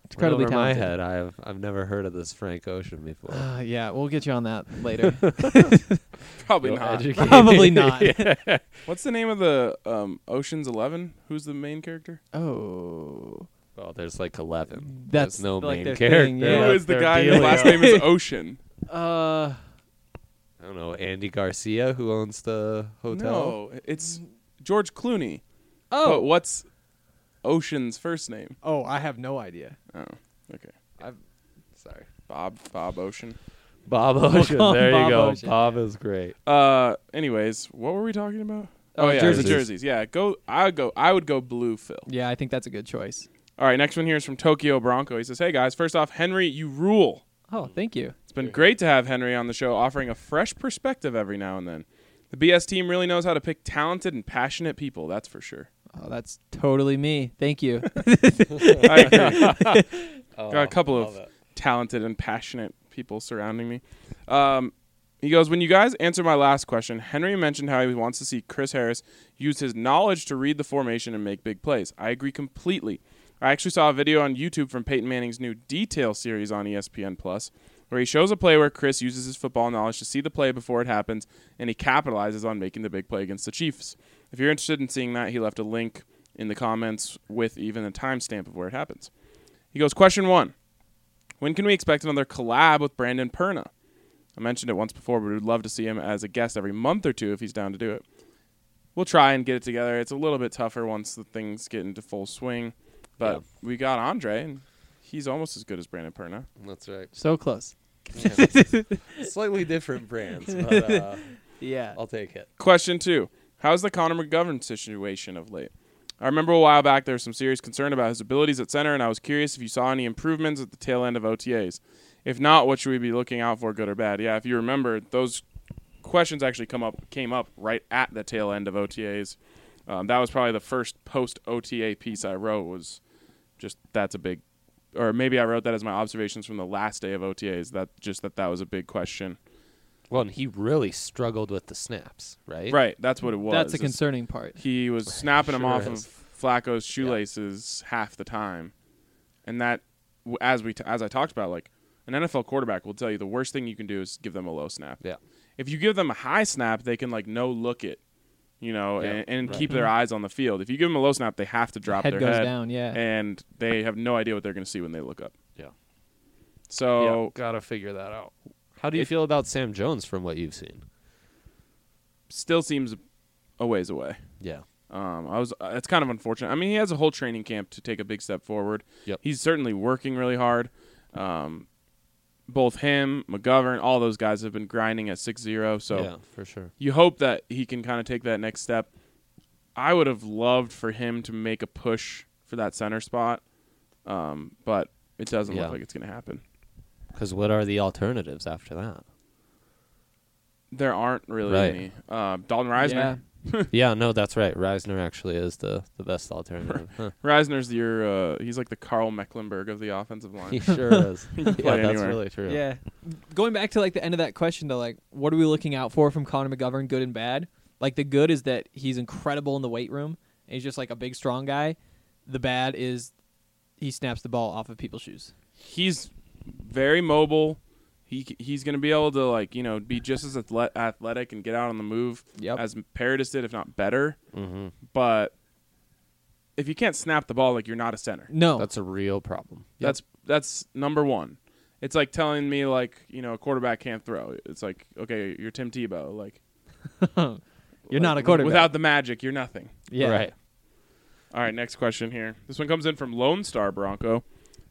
S3: incredibly talented.
S7: Went over my head. I've I've never heard of this Frank Ocean before.
S3: Uh, yeah, we'll get you on that later.
S1: Probably
S7: You'll
S1: not.
S7: educate-
S3: Probably not.
S1: What's the name of the um, Ocean's Eleven? Who's the main character?
S3: Oh,
S7: Well, there's like eleven.
S3: That's
S7: there's no
S3: like
S7: main
S3: their
S7: character.
S3: thing,
S1: Who
S3: yeah.
S1: is the
S7: Their
S1: guy whose
S7: dealio.
S1: last name is Ocean?
S3: uh,
S7: I don't know Andy Garcia who owns the hotel.
S1: No, it's George Clooney. But
S3: oh,
S1: what's Ocean's first name?
S3: oh, I have no idea.
S1: Oh, okay.
S7: Sorry,
S1: Bob Bob Ocean.
S7: Bob Ocean.
S3: call him
S7: there you
S3: Bob
S7: go.
S3: Ocean.
S7: Bob is great.
S1: Uh, anyways, what were we talking about?
S3: Oh,
S1: yeah,
S7: jerseys.
S1: the jerseys. Yeah, go. I go. I would go blue, Phil.
S3: Yeah, I think that's a good choice.
S1: All right, next one here is from Tokyo Bronco. He says, "Hey guys, first off, Henry, you rule.
S3: Oh, thank you.
S1: It's been great to have Henry on the show, offering a fresh perspective every now and then. The BS team really knows how to pick talented and passionate people. That's for sure.
S3: Oh, that's totally me. Thank you.
S1: I agree.
S8: Oh,
S1: Got a couple
S8: love
S1: of
S8: it.
S1: talented and passionate people surrounding me. Um, he goes, When you guys answer my last question, Henry mentioned how he wants to see Chris Harris use his knowledge to read the formation and make big plays. I agree completely. I actually saw a video on YouTube from Peyton Manning's new detail series on E ESPN Plus where he shows a play where Chris uses his football knowledge to see the play before it happens and he capitalizes on making the big play against the Chiefs. If you're interested in seeing that, he left a link in the comments with even a timestamp of where it happens. He goes, Question one when can we expect another collab with Brandon Perna? I mentioned it once before, but we'd love to see him as a guest every month or two if he's down to do it. We'll try and get it together. It's a little bit tougher once the things get into full swing, but we got Andre, and he's almost as good as Brandon Perna.
S7: That's right.
S3: so close.
S7: Slightly different brands, but uh,
S3: Yeah.
S7: I'll take it.
S1: Question two How's the Connor McGovern situation of late? I remember a while back there was some serious concern about his abilities at center, and I was curious if you saw any improvements at the tail end of OTAs. If not, what should we be looking out for, good or bad? Yeah, if you remember, those questions actually come up came up right at the tail end of OTAs. Um, that was probably the first post OTA piece I wrote. Was just that's a big, or maybe I wrote that as my observations from the last day of OTAs. That just that that was a big question.
S7: Well, and he really struggled with the snaps, right?
S1: Right, that's what it was.
S3: That's a
S1: It's-
S3: concerning part.
S1: he was snapping him
S7: Sure
S1: off
S7: is.
S1: of Flacco's shoelaces half the time, and that, w- as we t- as I talked about, like an NFL quarterback will tell you the worst thing you can do is give them a low snap.
S7: Yeah.
S1: If you give them a high snap, they can like no look it, you know,
S7: Yeah,
S1: and, and keep their eyes on the field. If you give them a low snap, they have to drop
S3: Mm-hmm. Head
S1: their
S3: goes
S1: head
S3: down, yeah.
S1: and they have no idea what they're going to see when they look up.
S7: Yeah.
S1: So
S7: gotta figure that out. How do you feel about Sam Jones from what you've seen?
S1: still seems a ways away.
S7: Yeah.
S1: Um, I was. Uh, it's kind of unfortunate. I mean, he has a whole training camp to take a big step forward.
S9: Yep.
S1: He's certainly working really hard. Um, both him, McGovern, all those guys have been grinding at six zero. So
S9: yeah, for sure.
S1: you hope that he can kind of take that next step. I would have loved for him to make a push for that center spot, um, but it doesn't
S7: Yeah.
S1: look like it's going to happen.
S7: Because what are the alternatives after that?
S1: There aren't really
S7: Right.
S1: any. Uh, Dalton Reisner.
S3: Yeah.
S7: yeah, no, that's right. Reisner actually is the, the best alternative. Huh.
S1: Reisner's your. Uh, he's like the Carl Mecklenburg of the offensive line.
S7: He sure is. yeah, that's
S1: play anywhere.
S7: really true.
S3: Yeah. Going back to like the end of that question though, like what are we looking out for from Connor McGovern, good and bad? Like the good is that he's incredible in the weight room and he's just like a big strong guy. The bad is he snaps the ball off of people's shoes.
S1: he's very mobile. He c- he's going to be able to like you know be just as athle- athletic and get out on the move
S3: Yep. Mm-hmm.
S1: as Paradis did, if not better.
S7: Mhm.
S1: But if you can't snap the ball, like you're not a center.
S3: No.
S7: That's a real problem.
S1: That's that's number one. It's like telling me like you know a quarterback can't throw. It's like okay, you're Tim Tebow. Like
S3: You're not a quarterback.
S1: without the magic, you're nothing.
S3: yeah.
S7: Right.
S1: All right, next question here. This one comes in from Lone Star Bronco. It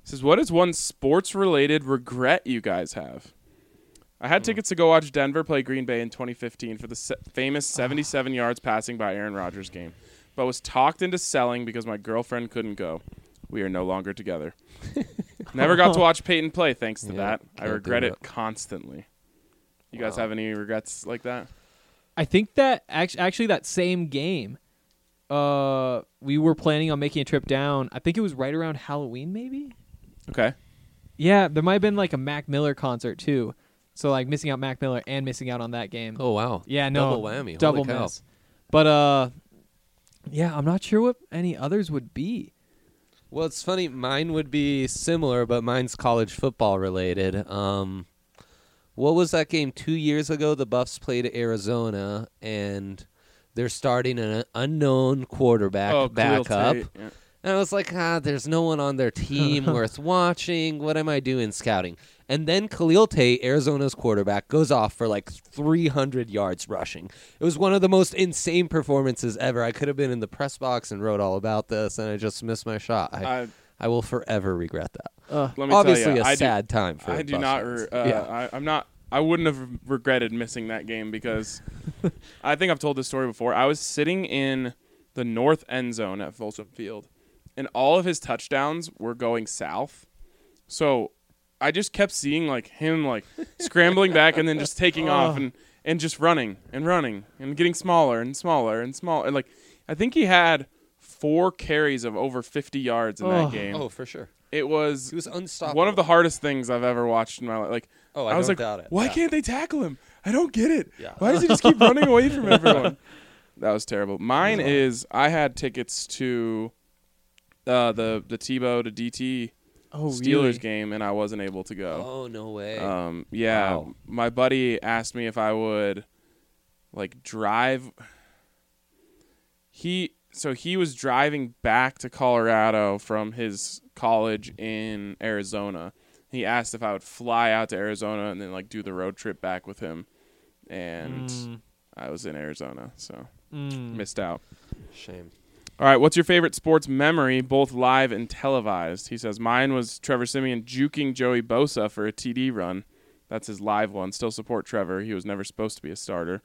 S1: says, "What is one sports-related regret you guys have?" I had tickets to go watch Denver play Green Bay in 2015 for the se- famous
S7: Ah.
S1: 77 yards passing by Aaron Rodgers game, but was talked into selling because my girlfriend couldn't go. We are no longer together. Never got to watch Peyton play thanks to
S7: Yeah,
S1: that. I
S7: can't do
S1: regret it
S7: that.
S1: constantly. You guys have any regrets like that?
S3: I think that actually, actually that same game, uh, we were planning on making a trip down. I think it was right around Halloween, maybe.
S1: Okay.
S3: Yeah, there might have been like a Mac Miller concert too. So like missing out Mac Miller and missing out on that game.
S7: Oh, wow.
S3: yeah, no,
S7: Double whammy.
S3: double
S7: Holy cow.
S3: miss. But uh, yeah, I'm not sure what any others would be.
S7: Well, it's funny. Mine would be similar, but mine's college football related. Um, what was that game two years ago? The Buffs played Arizona, and they're starting an unknown quarterback
S1: oh, Khalil
S7: backup.
S1: Tate. Yeah.
S7: And I was like, ah, there's no one on their team worth watching. What am I doing scouting? And then Khalil Tate, Arizona's quarterback, goes off for like 300 yards rushing. It was one of the most insane performances ever. I could have been in the press box and wrote all about this, and I just missed my shot. I,
S1: I,
S7: I will forever regret that.
S3: Uh,
S1: let me
S7: Obviously,
S1: tell
S7: a
S1: you, I do-
S7: sad time for.
S1: I do
S7: Buffs
S1: not.
S7: fans.
S1: Re- uh, I, I'm not. I wouldn't have regretted missing that game because I think I've told this story before. I was sitting in the north end zone at Folsom Field, and all of his touchdowns were going south. So I just kept seeing like him like scrambling back and then just taking off and and just running and running and getting smaller and smaller and smaller. And like I think he had four carries of over 50 yards in
S3: Oh.
S1: that game.
S7: Oh, for sure.
S1: It was
S7: He was unstoppable.
S1: one of the hardest things I've ever watched in my life. Like,
S7: Oh, I
S1: I, was
S7: don't
S1: like,
S7: doubt it.
S1: why
S7: Yeah.
S1: can't they tackle him? I don't get it.
S7: Yeah.
S1: Why does he just keep running away from everyone? That was terrible. Mine is I had tickets to uh, the the Tebow to DT
S3: Oh,
S1: Steelers game, and I wasn't able to go.
S7: Oh no way.
S1: Um, yeah,
S7: Wow.
S1: my buddy asked me if I would like drive. He so he was driving back to Colorado from his college in Arizona. He asked if I would fly out to Arizona and then like do the road trip back with him, and I was in Arizona, so missed out.
S7: Shame.
S1: All right, what's your favorite sports memory, both live and televised? He says mine was Trevor Simeon juking Joey Bosa for a TD run. That's his live one. Still support Trevor. He was never supposed to be a starter.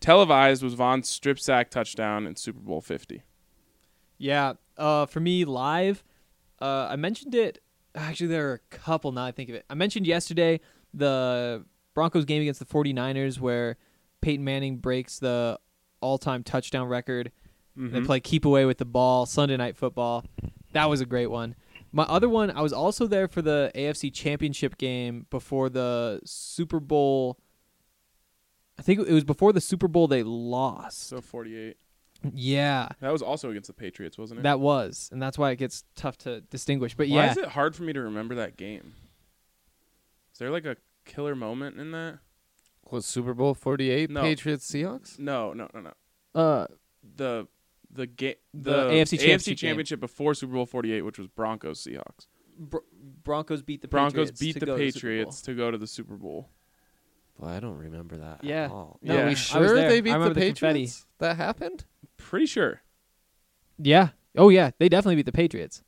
S1: Televised was Vaughn's strip sack touchdown in Super Bowl 50.
S3: Yeah. Uh, for me, live, uh, I mentioned it. Actually, there are a couple now I think of it. I mentioned yesterday the Broncos game against the 49ers where Peyton Manning breaks the all time touchdown record. They play keep away with the ball, Sunday night football. That was a great one. My other one, I was also there for the AFC Championship game before the Super Bowl. I think it was before the Super Bowl they lost.
S1: So 48.
S3: yeah.
S1: That was also against the Patriots, wasn't it?
S3: That was, and that's why it gets tough to distinguish. But
S1: Why
S3: yeah,
S1: is it hard for me to remember that game? Is there like a killer moment in that?
S7: Was Super Bowl 48
S1: No.
S7: Patriots Seahawks?
S1: No, no, no, no.
S3: uh,
S1: The the game
S3: The AFC championship game.
S1: championship before Super Bowl 48, which was Broncos Seahawks.
S3: Br- Broncos beat the
S1: Broncos
S3: Patriots
S1: beat
S3: to
S1: the
S3: go to Super
S1: Patriots to go to the Super Bowl.
S7: Well, I don't remember that.
S3: Yeah.
S7: At all.
S1: No, Yeah.
S7: Are
S1: I
S7: we
S1: was
S7: sure
S3: there.
S7: they
S3: I
S7: beat the
S3: remember the confetti.
S7: Patriots? that happened?
S1: Pretty sure.
S3: Yeah. Oh yeah, they definitely beat the Patriots.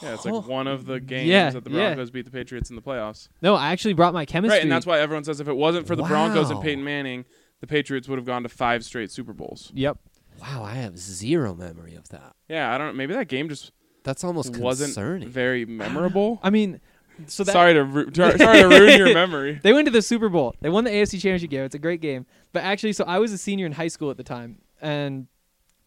S1: Yeah, it's like one of the games
S3: Yeah,
S1: that the
S3: yeah.
S1: Broncos beat the Patriots in the playoffs.
S3: No, I actually brought my chemistry.
S1: Right, and that's why everyone says if it wasn't for the Broncos and
S7: Wow.
S1: Peyton Manning, the Patriots would have gone to five straight Super Bowls.
S3: Yep.
S7: Wow, I have zero memory of that.
S1: Yeah, I don't. Maybe that game just
S7: That's almost
S1: wasn't
S7: concerning.
S1: very memorable.
S3: I mean, so that
S1: sorry to ru- tar- sorry to ruin your memory.
S3: They went to the Super Bowl. They won the AFC Championship game. It's a great game. But actually, so I was a senior in high school at the time, and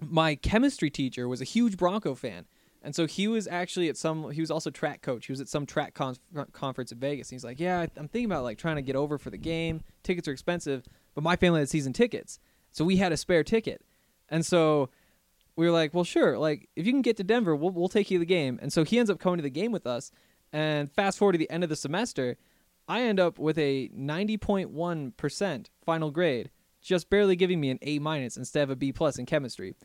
S3: my chemistry teacher was a huge Bronco fan. And so he was actually at some. He was also track coach. He was at some track con- conference in Vegas. And he's like, "Yeah, I- I'm thinking about like trying to get over for the game. Tickets are expensive, but my family had season tickets, so we had a spare ticket. And so we were like, well, sure. Like, if you can get to Denver, we'll, we'll take you to the game. And so he ends up coming to the game with us. And fast forward to the end of the semester, I end up with a 90.1% final grade, just barely giving me an A minus instead of a B plus in chemistry.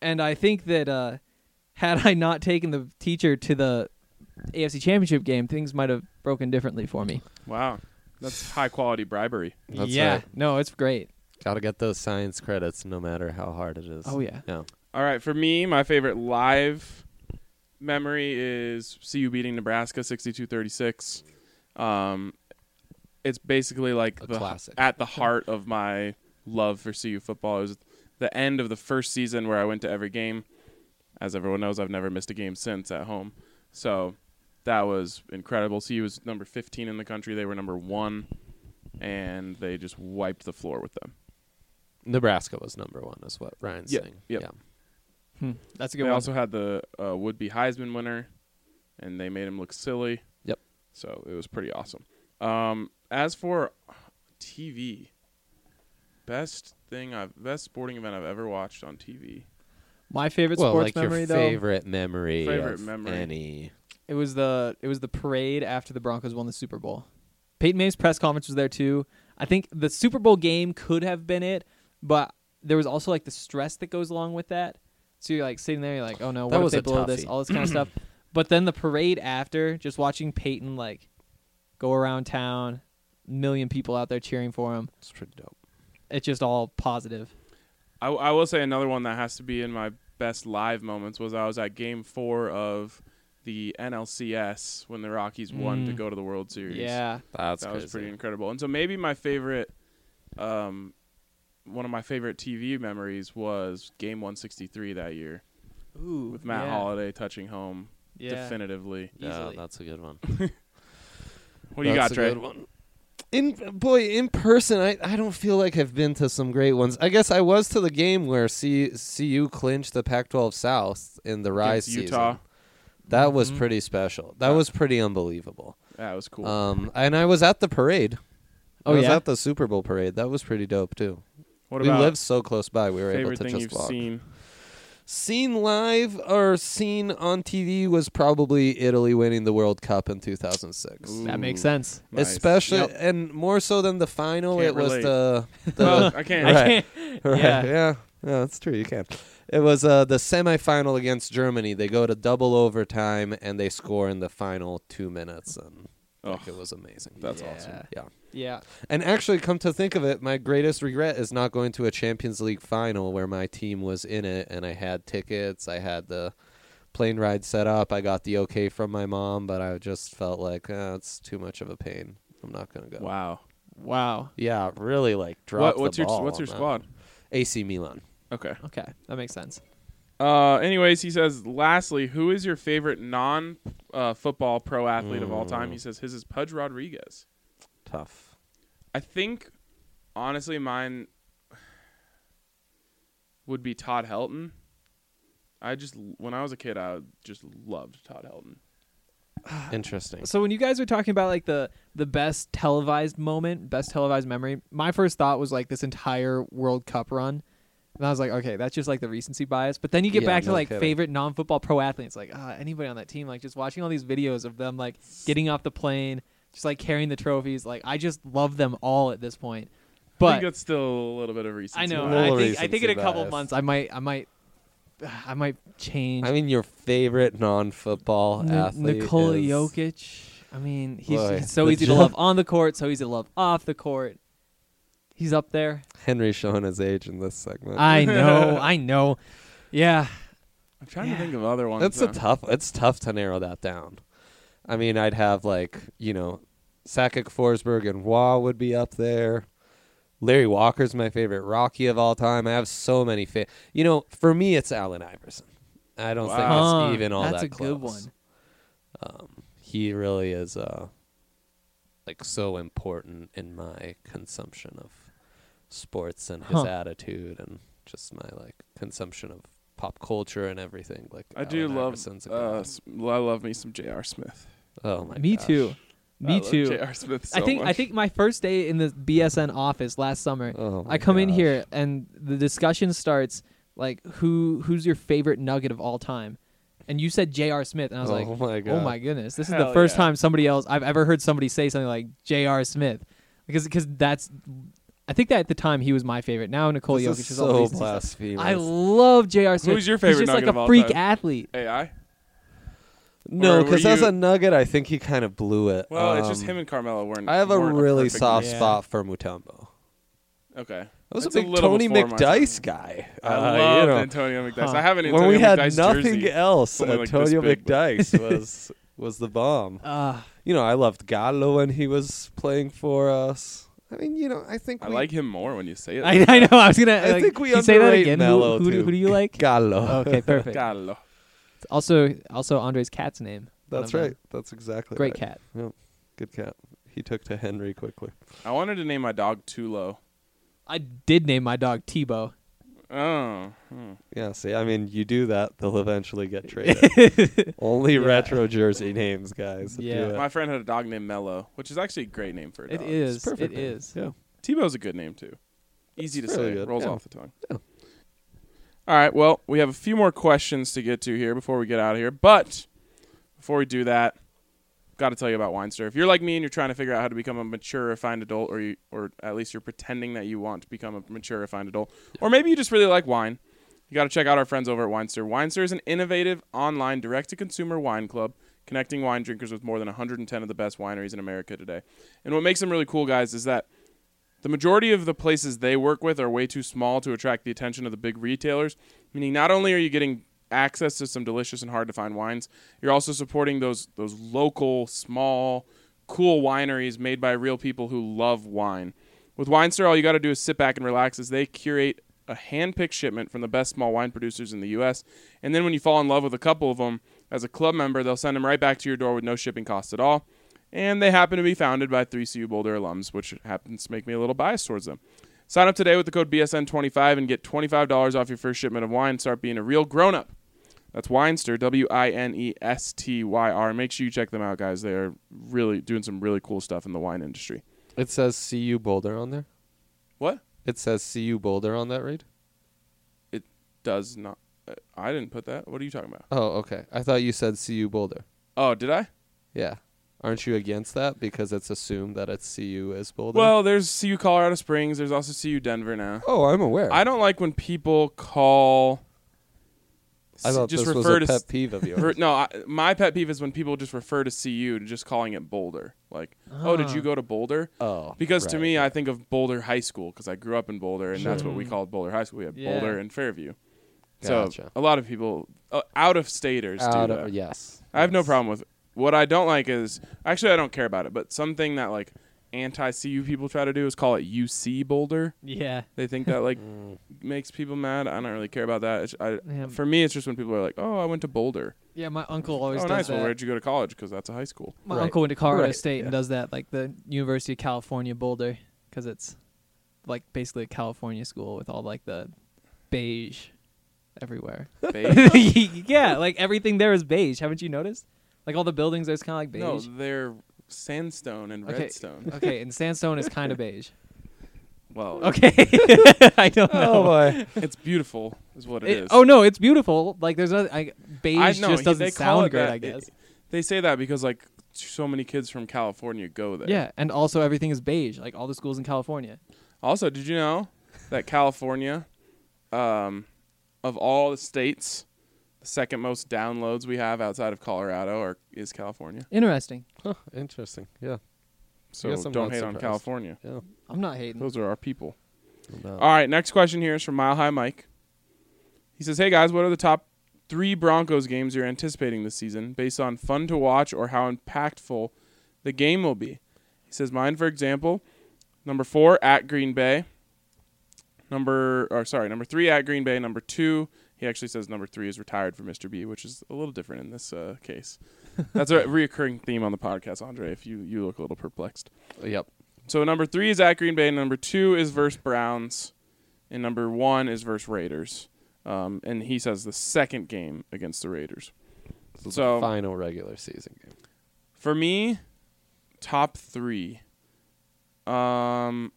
S3: And I think that uh, had I not taken the teacher to the AFC Championship game, things might have broken differently for me.
S1: Wow, that's high quality bribery.
S7: That's
S3: yeah.
S7: right.
S3: No, it's great.
S7: Gotta get those science credits no matter how hard it is.
S3: Oh, yeah.
S7: Yeah.
S1: All right, for me, my favorite live memory is CU beating Nebraska 62-36. Um, it's basically like
S7: A
S1: the
S7: classic.
S1: at the heart of my love for CU football. It was the end of the first season where I went to every game. As everyone knows, I've never missed a game since at home. So that was incredible. CU was number 15 in the country. They were number 1 and they just wiped the floor with them.
S7: Nebraska was number one, is what Ryan's
S1: Yep,
S7: saying.
S1: yep.
S7: Yeah.
S3: That's a
S1: They
S3: good one.
S1: also had the uh, would-be Heisman winner, and they made him look silly.
S7: Yep.
S1: So it was pretty awesome. Um, as for TV, best thing I've best sporting event I've ever watched on TV.
S3: my favorite
S7: Well,
S3: sports
S7: like
S3: memory,
S7: your
S3: though.
S7: favorite memory.
S1: Favorite
S7: of
S1: memory.
S7: Any.
S3: It was the it was the parade after the Broncos won the Super Bowl. Peyton Manning's press conference was there too. I think the Super Bowl game could have been it, but there was also like the stress that goes along with that. So you're like sitting there, you're like, oh no,
S7: That
S3: what
S7: was
S3: if
S7: a
S3: they blow this?
S7: toughie.
S3: All this kind of stuff. But then the parade after, just watching Peyton like go around town, million people out there cheering for him.
S7: It's pretty dope.
S3: It's just all positive.
S1: I, I will say another one that has to be in my best live moments was I was at Game Four of the NLCS when the Rockies won to go to the World Series.
S3: Yeah.
S7: That's
S1: that
S7: crazy.
S1: was pretty incredible. And so maybe my favorite, um, one of my favorite TV memories was Game 163 that year
S3: Ooh.
S1: with Matt uh, Holliday touching home
S3: Yeah.
S1: definitively.
S7: yeah,
S3: Easily.
S7: that's a good one.
S1: What do you got,
S7: That's a
S1: Trey?
S7: good one. In boy, in person, I, I don't feel like I've been to some great ones. I guess I was to the game where C, CU clinched the Pac-12 South in the rise
S1: Against Utah.
S7: season. That was
S3: Mm-hmm.
S7: pretty special. That was pretty unbelievable.
S1: That was cool.
S7: Um, and I was at the parade. I
S3: Oh,
S7: was
S3: yeah?
S7: at the Super Bowl parade. That was pretty dope too.
S1: what
S7: we
S1: about
S7: lived so close by. We were able
S1: favorite
S7: to
S1: thing
S7: just
S1: you've
S7: walk.
S1: seen?
S7: Seen live or seen on TV was probably Italy winning the World Cup in 2006.
S3: That makes
S1: Ooh,
S3: sense.
S1: nice.
S7: Especially
S3: Yep.
S7: and more so than the final,
S1: Can't
S7: it was
S1: relate.
S7: the, the
S1: Well, I can't.
S7: Right.
S3: can't-
S7: Right,
S3: Yeah.
S7: yeah. yeah, that's true. You can. It was uh, the semifinal against Germany. They go to double overtime and they score in the final two minutes, and like,
S1: Ugh,
S7: it was amazing.
S1: that's
S3: Yeah.
S1: awesome.
S7: yeah.
S3: Yeah.
S7: And actually, come to think of it, my greatest regret is not going to a Champions League final where my team was in it and I had tickets, I had the plane ride set up, I got the okay from my mom, but I just felt like eh, it's too much of a pain. I'm not gonna go.
S1: Wow.
S3: Wow.
S7: Yeah, really like drop
S1: What, what's
S7: the
S1: your
S7: ball
S1: What's your
S7: on that.
S1: squad?
S7: AC Milan.
S1: Okay.
S3: Okay. That makes sense.
S1: Uh, anyways, he says. Lastly, who is your favorite non-football pro athlete of all time?
S7: Mm.
S1: He says his is Pudge Rodriguez.
S7: Tough.
S1: I think honestly mine would be Todd Helton. I just when I was a kid I just loved Todd Helton.
S7: Interesting.
S3: So when you guys were talking about like the the best televised moment, best televised memory, my first thought was like this entire World Cup run. And I was like, okay, that's just like the recency bias. But then you get
S7: Yeah,
S3: back to
S7: no
S3: like
S7: kidding.
S3: favorite non-football pro athletes, like uh, anybody on that team, like just watching all these videos of them like getting off the plane, just like carrying the trophies. Like I just love them all at this point.
S1: I think
S3: But
S1: that's still a little bit of recency.
S3: I, know,
S7: a
S1: bias.
S7: little
S3: I think, I
S7: recency
S3: think in a couple
S7: bias.
S3: months I might, I might, I might change.
S7: I mean, your favorite non-football
S3: Ni-
S7: athlete
S3: Nikola
S7: is-
S3: Jokic. I mean, he's,
S7: Boy,
S3: he's so
S7: the
S3: easy to
S7: jo-
S3: love on the court, so easy to love off the court. He's up there.
S7: Henry showing his age in this segment.
S3: I know, I know. Yeah,
S1: I'm trying to think of other ones.
S7: That's a
S1: though.
S7: tough. It's tough to narrow that down. I mean, I'd have like you know, Sakic, Forsberg, and Waugh would be up there. Larry Walker's my favorite Rocky of all time. I have so many. Fa- you know, for me, it's Allen Iverson. I don't
S1: Wow.
S7: think it's even all
S3: uh, Ah, that's
S7: that
S3: a good
S7: close.
S3: one.
S7: He really is uh, like so important in my consumption of sports and his
S3: Huh.
S7: attitude and just my like consumption of pop culture and everything. Like
S1: I do
S7: Allen
S1: love.
S7: Iverson's Oh, a
S1: Uh,
S7: god.
S1: s- I love me some J.R. Smith.
S7: Oh my
S3: Me
S7: gosh.
S3: too.
S1: I
S3: Me
S1: love
S3: too.
S1: J.R. Smith. So
S3: I think I
S1: much.
S3: think my first day in the BSN office last summer,
S7: Oh my
S3: I come in
S7: gosh.
S3: here and the discussion starts like who who's your favorite nugget of all time? And you said J.R. Smith and I was
S7: Oh
S3: like,
S7: my
S3: "Oh
S7: God."
S3: my goodness. This is
S1: Hell
S3: the first
S1: yeah.
S3: time somebody else I've ever heard somebody say something like J.R. Smith." Because cause that's I think that at the time he was my favorite. Now Nicole
S7: This
S3: Jokic
S7: is
S3: is all
S7: so
S3: these-
S7: blasphemous.
S3: I love J.R. Smith.
S1: your favorite
S3: He's just
S1: nugget
S3: like
S1: of
S3: a
S1: all
S3: freak
S1: time?
S3: athlete.
S1: AI.
S7: no,
S1: Or were
S7: because as
S1: you-
S7: a Nugget, I think he kind of blew it.
S1: Well, it's just
S7: Um,
S1: him and Carmelo weren't.
S7: I have a
S1: weren't
S7: really
S1: perfect
S7: soft
S1: match.
S5: match.
S7: spot for Mutombo.
S1: Okay.
S7: I was
S1: That's
S7: a big
S1: little
S7: Tony
S1: before my time.
S7: McDice guy.
S1: I
S7: Uh, you
S1: loved
S7: know,
S1: Antonio McDice.
S3: Huh.
S1: I have an Antonio
S7: when we had
S1: McDice
S7: nothing
S1: jersey.
S7: else,
S1: only like this
S7: Antonio
S1: big, but-
S7: McDice was was the bomb.
S3: Uh,
S7: You know, I loved Gallo when he was playing for us. I mean, you know, I think
S1: I
S7: we,
S1: like him more when you say it.
S3: I, I know. I was gonna.
S7: I
S3: like,
S7: think we
S3: you say that
S7: underrate
S3: again.
S7: Melo,
S3: who, who, do,
S7: too.
S3: who do you like? Oh,
S7: Gallo.
S3: okay, perfect.
S1: Gallo.
S3: Also, also Andre's cat's name. One
S7: That's
S3: of them.
S7: right. That's exactly
S3: Great
S7: right.
S3: cat.
S7: Yep. Good cat. He took to Henry quickly.
S1: I wanted to name my dog Tulo.
S3: I did name my dog Tebow.
S1: Oh. hmm.
S7: Yeah, see, I mean, you do that, they'll eventually get traded. Only retro jersey names, guys. that do
S3: Yeah.
S7: it.
S1: My friend had a dog named Mello, which is actually a great name for a
S3: It
S1: dog.
S3: is.
S7: perfect
S3: It
S7: name.
S3: is.
S7: Yeah.
S1: Tebow's a good name too. Easy to
S7: It's really
S1: say.
S7: good,
S1: Rolls
S7: yeah.
S1: off the tongue. All right. Well, we have a few more questions to get to here before we get out of here. But before we do that, got to tell you about Weinster. If you're like me and you're trying to figure out how to become a mature, refined adult, or you, or at least you're pretending that you want to become a mature, refined adult, or maybe you just really like wine, you got to check out our friends over at Weinster. Weinster is an innovative online direct-to-consumer wine club connecting wine drinkers with more than 110 of the best wineries in America today. And what makes them really cool, guys, is that the majority of the places they work with are way too small to attract the attention of the big retailers, meaning not only are you getting access to some delicious and hard to find wines, you're also supporting those those local, small, cool wineries made by real people who love wine. With Winester, all you got to do is sit back and relax as they curate a hand-picked shipment from the best small wine producers in the U.S. And then when you fall in love with a couple of them, as a club member, they'll send them right back to your door with no shipping costs at all and they happen to be founded by 3CU Boulder alums, which happens to make me a little biased towards them. Sign up today with the code BSN25 and get $25 off your first shipment of wine. Start being a real grown up. That's Winester, W I N E S T Y R. Make sure you check them out, guys. They are really doing some really cool stuff in the wine industry.
S7: It says CU Boulder on there.
S1: What?
S7: It says CU Boulder on that read.
S1: It does not. uh, I didn't put that. What are you talking about?
S7: Oh, okay. I thought you said CU Boulder.
S1: Oh, did I?
S7: Yeah. Aren't you against that because it's assumed that it's CU is Boulder?
S1: Well, there's CU Colorado Springs. There's also CU Denver now.
S7: oh, I'm aware.
S1: I don't like when people call.
S7: I thought
S1: just
S7: this was
S1: refer
S7: a
S1: to
S7: pet peeve of yours.
S1: Ver- no, I, my pet peeve is when people just refer to CU to just calling it Boulder. Like, oh,
S3: Ah.
S1: did you go to Boulder?
S7: oh,
S1: Because to
S7: right.
S1: me, I think of Boulder High School because I grew up in Boulder, and that's what we called Boulder High School. We had
S3: Yeah.
S1: Boulder and Fairview. So
S7: Gotcha.
S1: a lot of people, uh, out of staters,
S7: Out
S1: do
S7: of-
S1: that.
S7: yes.
S1: I have no
S7: Yes.
S1: problem with it. What I don't like is actually I don't care about it, but something that like anti CU people try to do is call it UC Boulder.
S3: Yeah.
S1: They think that like
S7: Mm.
S1: makes people mad. I don't really care about that. It's, I,
S3: Yeah.
S1: For me, it's just when people are like, "Oh, I went to Boulder."
S3: Yeah. My uncle always
S1: oh,
S3: does
S1: nice.
S3: that.
S1: Well, where'd you go to college? Because that's a high school.
S3: my
S7: Right.
S3: uncle went to Colorado
S7: Right,
S3: State
S7: yeah.
S3: and does that, like the University of California Boulder, because it's like basically a California school with all like the beige everywhere.
S1: Beige?
S3: yeah, like everything there is beige. Haven't you noticed? Like all the buildings, there's kind of like
S1: no,
S3: beige.
S1: they're sandstone and
S3: Okay.
S1: redstone.
S3: Okay, and sandstone is kind of beige.
S1: Well,
S3: Okay, I don't know.
S7: Oh boy.
S1: it's beautiful, is what
S3: It-
S1: is.
S3: oh no, it's beautiful. Like there's no I, beige
S1: I know,
S3: just
S1: he- they
S3: doesn't
S1: call it
S3: sound great.
S1: that.
S3: I guess.
S1: It- they say that because like so many kids from California go there.
S3: yeah, and also everything is beige. Like all the schools in California.
S1: Also, did you know that California, um, of all the states, the second most downloads we have outside of Colorado are is California.
S3: Interesting.
S7: Huh, interesting. Yeah.
S1: So
S7: guess I'm
S1: don't
S7: not
S1: hate on
S7: surprised.
S1: California.
S7: Yeah.
S3: I'm not hating.
S1: Those are our people.
S7: No doubt.
S1: All right, next question here is from Mile High Mike. He says, "Hey guys, what are the top three Broncos games you're anticipating this season based on fun to watch or how impactful the game will be. He says mine, for example, number four at Green Bay. Number or sorry, number three at Green Bay. Number two, he actually says number three is retired for Mr. B, which is a little different in this uh, case. That's a reoccurring theme on the podcast, Andre. If you you look a little perplexed.
S7: Yep.
S1: So number three is at Green Bay. Number two is versus Browns, and number one is versus Raiders. Um, and he says the second game against the Raiders.
S7: So,
S1: So-
S7: the final regular season game.
S1: For me, top three. Um,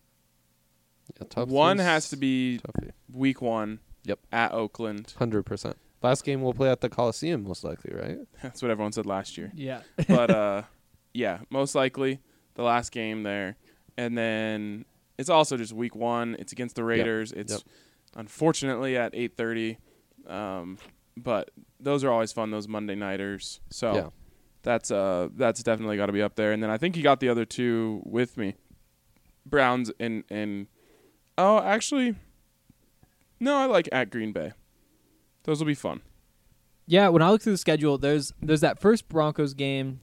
S7: Yeah, tough
S1: one has to be
S7: tough.
S1: week one.
S7: Yep.
S1: At Oakland.
S7: Hundred percent. Last game we'll play at the Coliseum, most likely, right?
S1: That's what everyone said last year.
S3: Yeah.
S1: But uh, yeah, most likely the last game there, and then it's also just week one. It's against the Raiders. It's
S7: Yep.
S1: unfortunately at eight thirty, um, but those are always fun. Those Monday nighters. So.
S7: Yeah.
S1: That's uh that's definitely got to be up there. And then I think he got the other two with me. Browns and and oh, actually no, I like at Green Bay. Those will be fun.
S3: Yeah, when I look through the schedule, there's there's that first Broncos game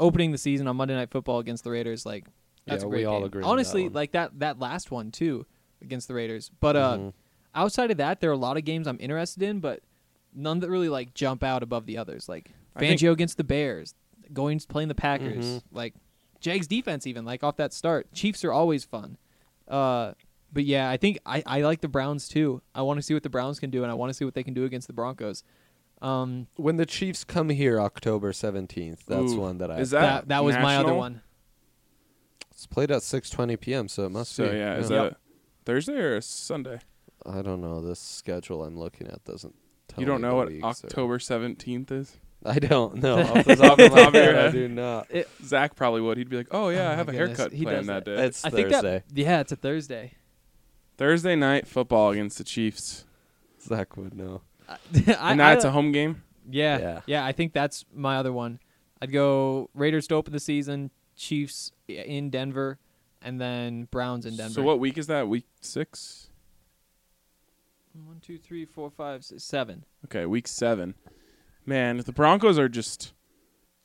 S3: opening the season on Monday Night Football against the Raiders. Like that's
S7: Yeah,
S3: a
S7: we
S3: great
S7: all
S3: game.
S7: agree on that
S3: Honestly,
S7: one.
S3: like that that last one too against the Raiders. But uh,
S7: Mm-hmm.
S3: outside of that, there are a lot of games I'm interested in, but none that really like jump out above the others. Like
S1: I think-
S3: Fangio against the Bears, going playing the Packers,
S7: Mm-hmm.
S3: like Jags defense even like off that start. Chiefs are always fun. Uh, but yeah, I think I, I like the Browns too. I want to see what the Browns can do, and I want to see what they can do against the Broncos. Um,
S7: When the Chiefs come here, October seventeenth. That's
S1: Ooh.
S7: one that I.
S1: Is
S3: that that was my other
S1: national?
S3: one.
S7: It's played at six twenty p.m. So it must
S1: So
S7: be.
S1: yeah, is that a Thursday or a Sunday?
S7: I don't know. This schedule I'm looking at doesn't. Tell
S1: you don't
S7: me
S1: know
S7: the
S1: what
S7: leagues or-
S1: October seventeenth is?
S7: I don't know. Off the top of my
S1: Off your
S7: head, I
S1: head.
S7: do not.
S1: Zach probably would. He'd be like, "Oh yeah, I
S3: my
S1: have a
S3: goodness,
S1: haircut
S3: he
S1: planned
S3: does
S1: that, day."
S7: It's
S3: I think
S7: Thursday.
S3: that yeah, it's a Thursday.
S1: Thursday night football against the Chiefs,
S7: Zach would know.
S3: I,
S1: and
S3: I-
S1: that's a home game.
S3: yeah,
S7: Yeah.
S3: yeah I think that's my other one. I'd go Raiders to open the season, Chiefs in Denver, and then Browns in Denver.
S1: So what week is that? Week six.
S3: One, two, three, four, five, six, seven.
S1: Okay, week seven. Man, if the Broncos are just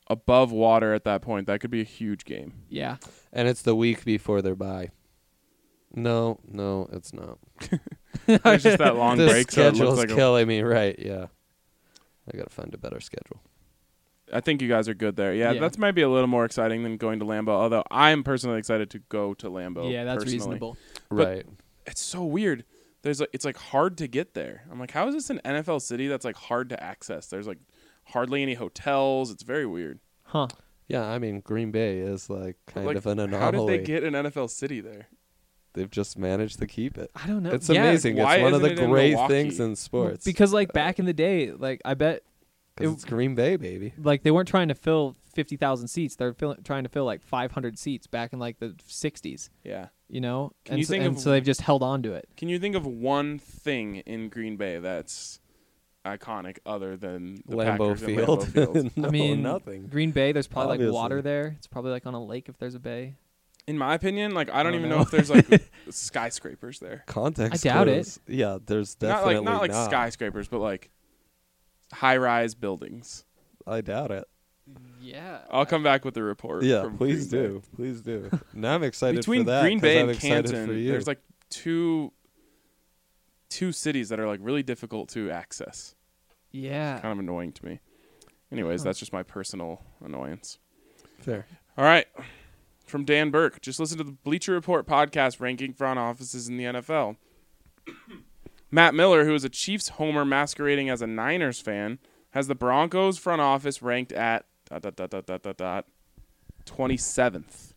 S1: above water at that point, that could be a huge game.
S3: Yeah,
S7: And it's the week before their bye. No, no, it's not.
S1: It's just that long
S7: this
S1: break, so it
S7: schedule's
S1: looks like a-
S7: killing me. Right? Yeah. I gotta find a better schedule.
S1: I think you guys are good there. Yeah,
S3: Yeah.
S1: that's might be a little more exciting than going to Lambeau. Although I'm personally excited to go to Lambeau.
S3: yeah, that's
S1: personally.
S3: reasonable.
S1: But-
S7: right.
S1: It's so weird. There's like it's like hard to get there. I'm like, how is this an NFL city that's like hard to access? There's like hardly any hotels. It's very weird.
S3: Huh?
S7: Yeah, I mean Green Bay is like kind
S1: Like,
S7: of an anomaly.
S1: How did they get an NFL city there?
S7: have just managed to keep it.
S3: I don't know.
S7: It's
S3: Oh, Yeah,
S7: amazing. It's
S1: why
S7: one of the
S1: isn't it in
S7: great
S1: Milwaukee?
S7: things in sports.
S3: Because like back in the day, like I bet
S7: 'Cause
S3: it-
S7: it's Green Bay, baby.
S3: like they weren't trying to fill fifty thousand seats. They're fill- trying to fill like five hundred seats back in like the '60s.
S1: Yeah.
S3: You know,
S1: Can
S3: and,
S1: you
S3: so,
S1: think
S3: and
S1: of-
S3: so they've just held on to it.
S1: Can you think of one thing in Green Bay that's iconic other than the
S7: Lambeau
S1: Packers and Lambeau
S7: Field.
S1: Field?
S7: no,
S3: I mean,
S7: nothing.
S3: Green Bay, there's probably
S7: Obviously.
S3: like water there. It's probably like on a lake if there's a bay.
S1: in my opinion, like I don't
S3: don't
S1: even know.
S3: know.
S1: if there's like skyscrapers there.
S7: Context.
S3: I doubt it.
S7: clues. Yeah, there's definitely
S1: not like not like skyscrapers, but like high-rise buildings.
S7: I doubt it.
S3: Yeah.
S1: I'll come back with the report.
S7: Yeah,
S1: from
S7: please
S1: Green Bay.
S7: do, please do. Now I'm excited
S1: Between
S7: for that.
S1: Green
S7: 'cause
S1: Bay
S7: I'm
S1: and
S7: excited
S1: Canton,
S7: for you.
S1: there's like two two cities that are like really difficult to access.
S3: Yeah.
S1: Kind of annoying to me. Anyways, that's just my personal annoyance.
S7: fair.
S1: All right. From Dan Burke. Just listen to the Bleacher Report podcast ranking front offices in the NFL. Matt Miller, who is a Chiefs homer masquerading as a Niners fan, has the Broncos front office ranked at dot, dot, dot, dot, dot, dot, dot, 27th.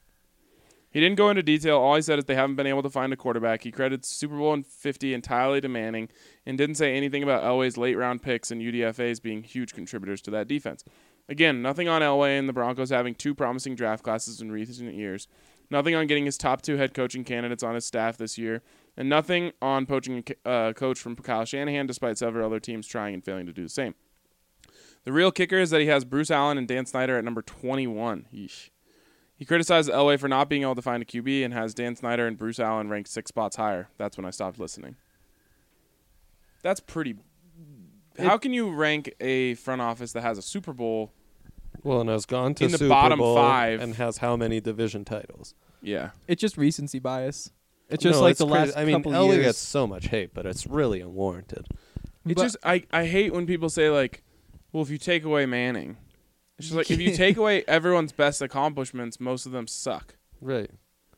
S1: He didn't go into detail. All he said is they haven't been able to find a quarterback. He credits Super Bowl and 50 entirely to Manning and didn't say anything about Elway's late round picks and UDFAs being huge contributors to that defense. Again, nothing on Elway and the Broncos having two promising draft classes in recent years. Nothing on getting his top two head coaching candidates on his staff this year. And nothing on poaching a c- uh, coach from Kyle Shanahan, despite several other teams trying and failing to do the same. The real kicker is that he has Bruce Allen and Dan Snyder at number 21. Yeesh. He criticized Elway for not being able to find a QB and has Dan Snyder and Bruce Allen ranked six spots higher. That's when I stopped listening. That's pretty how can you rank a front office that has a Super Bowl?
S7: Well, and has gone to
S1: In the
S7: Super
S1: bottom
S7: Bowl
S1: five.
S7: and has how many division titles?
S1: Yeah,
S10: It's just recency bias. It's just
S7: No,
S10: like
S7: it's
S10: the
S7: crazy.
S10: last
S7: I mean,
S10: couple
S7: LA
S10: years.
S7: gets so much hate, but it's really unwarranted.
S10: But-
S1: it just I I hate when people say like, well, if you take away Manning, it's just like if you take away everyone's best accomplishments, most of them suck.
S7: Right.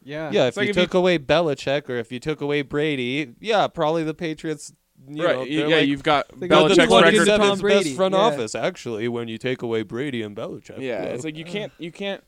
S10: yeah.
S7: Yeah,
S1: It's
S7: if
S1: like
S7: you
S1: if you-
S7: took away Belichick or if you took away Brady, yeah, probably the Patriots. You
S1: right?
S7: know,
S1: yeah,
S7: they're like,
S1: you've got
S10: they got
S1: Belichick's
S10: plug
S1: record.
S10: into Tom
S7: Seven's best
S10: Brady,
S7: front
S10: yeah.
S7: office actually when you take away Brady and Belichick.
S1: Yeah, it's like you can't you can't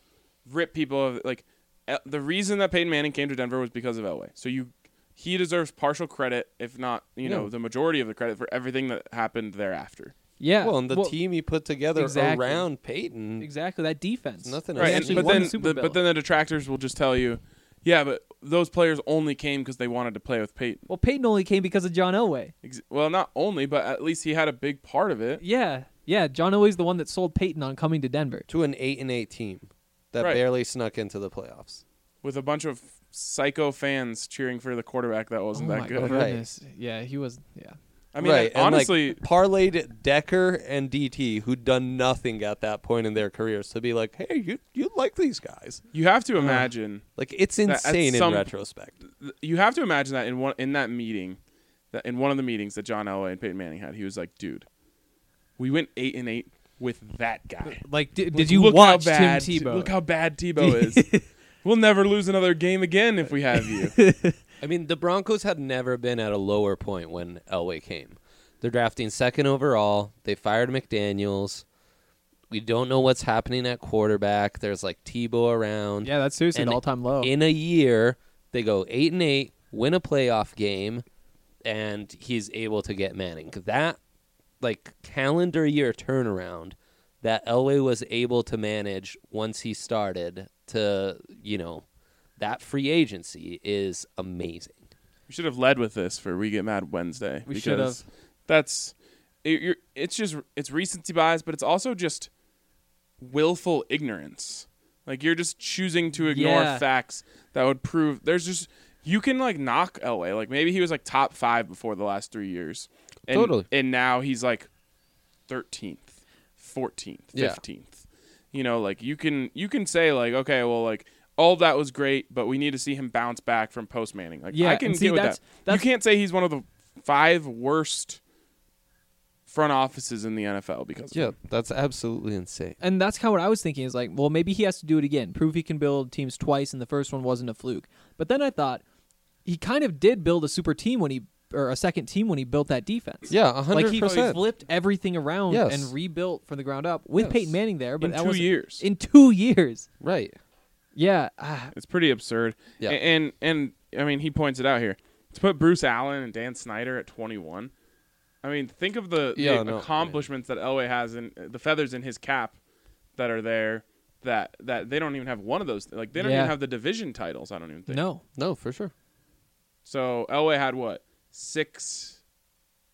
S1: rip people of like El- the reason that Peyton Manning came to Denver was because of Elway. So you he deserves partial credit, if not you know the majority of the credit for everything that happened thereafter.
S3: Yeah.
S7: well, and the team he put together
S10: exactly.
S7: around Peyton,
S10: Exactly. That defense.
S7: nothing
S1: right,
S7: else.
S1: and,
S10: actually
S1: but
S10: won
S1: then
S10: the Super
S1: the,
S10: Bowl.
S1: but then the detractors will just tell you, yeah, but those players only came because they wanted to play with Peyton.
S3: Well, Peyton only came because of John Elway.
S1: Ex- Well, not only, but at least he had a big part of it.
S3: Yeah. Yeah. John Elway's the one that sold Peyton on coming to Denver.
S7: to an eight and eight team that
S1: Right.
S7: barely snuck into the playoffs.
S1: with a bunch of psycho fans cheering for the quarterback that wasn't
S3: oh
S1: that
S3: my
S1: good.
S7: Right.
S3: goodness. Yeah, he was. Yeah.
S1: I mean,
S7: right.
S1: honestly,
S7: and like, parlayed Decker and DT, who'd done nothing at that point in their careers, to be like, "Hey, you you like these guys?
S1: you have to imagine
S7: Like it's
S1: at
S7: insane
S1: some-
S7: in retrospect."
S1: th- you have to imagine that in one in that meeting, that in one of the meetings that John Elway and Peyton Manning had, he was like, "Dude, we went eight and eight with that guy.
S3: Like, did,
S1: Like,
S3: did you
S1: look
S3: watch
S1: how bad,
S3: Tim Tebow?
S1: Look how bad Tebow is. we'll never lose another game again if we have you.
S8: I mean, the Broncos had never been at a lower point when Elway came. They're drafting second overall. They fired McDaniels. We don't know what's happening at quarterback. There's like Tebow around.
S3: yeah, that's seriously an
S8: And
S3: all time
S7: Oh.
S3: low.
S8: In a year, they go eight and eight, win a playoff game, and he's able to get Manning. That like calendar year turnaround that Elway was able to manage once he started to you know that free agency is amazing.
S1: we should have led with this for We Get Mad Wednesday.
S3: We should
S1: because That's it, you're, it's just it's recency bias, but it's also just willful ignorance. Like you're just choosing to ignore
S3: Yeah.
S1: facts that would prove there's just you can like knock Elway. Like maybe he was like top five before the last three years. And,
S8: Totally.
S1: And now he's like thirteenth, fourteenth,
S8: Yeah.
S1: fifteenth. You know, like you can you can say like, okay, well like all that was great, but we need to see him bounce back from post Manning. Like
S3: Yeah,
S1: I can
S3: and see,
S1: get with
S3: that's-
S1: that.
S3: that's-
S1: you can't say he's one of the five worst front offices in the NFL because of it.
S7: Yeah, that's absolutely insane.
S3: and that's kind of what I was thinking is like, well, maybe he has to do it again, prove he can build teams twice, and the first one wasn't a fluke. But then I thought he kind of did build a super team when he or a second team when he built that defense.
S7: Yeah, a
S3: like
S7: hundred
S3: he
S7: percent.
S3: flipped everything around
S7: Yes.
S3: and rebuilt from the ground up with
S7: Yes.
S3: Peyton Manning there, but
S1: in
S3: that
S1: two
S3: was
S1: years.
S3: in two years.
S7: Right.
S3: Yeah, ah,
S1: it's pretty absurd.
S7: Yeah.
S1: A- And, and I mean he points it out here. To put Bruce Allen and Dan Snyder at twenty one. I mean, think of the, the
S7: Yeah, no, I mean-
S1: accomplishments that Elway has and uh, the feathers in his cap that are there that that they don't even have one of those like they don't
S3: Yeah.
S1: even have the division titles, I don't even think.
S3: no,
S7: No, for sure.
S1: So Elway had what? Six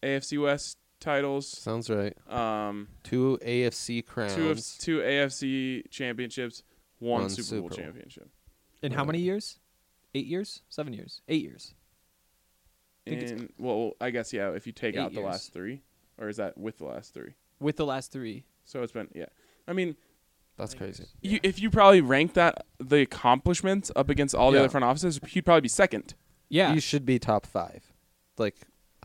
S1: AFC West titles.
S7: Sounds right.
S1: Um
S7: Two AFC crowns.
S1: two of, two AFC championships, one,
S7: One
S1: Super,
S7: Super
S1: Bowl
S7: Bowl.
S1: championship.
S3: in how many years? Eight years? Seven years? Eight years? think it's-
S1: And well, I guess yeah, if you take
S3: Eight
S1: out the
S3: years.
S1: last 3 or is that with the last 3?
S3: With the last three,
S1: So it's been yeah. I mean,
S7: that's crazy.
S1: you, if you probably rank that the accomplishments up against all the
S7: Yeah.
S1: other front offices, he'd probably be second.
S3: yeah,
S7: You should be top five, like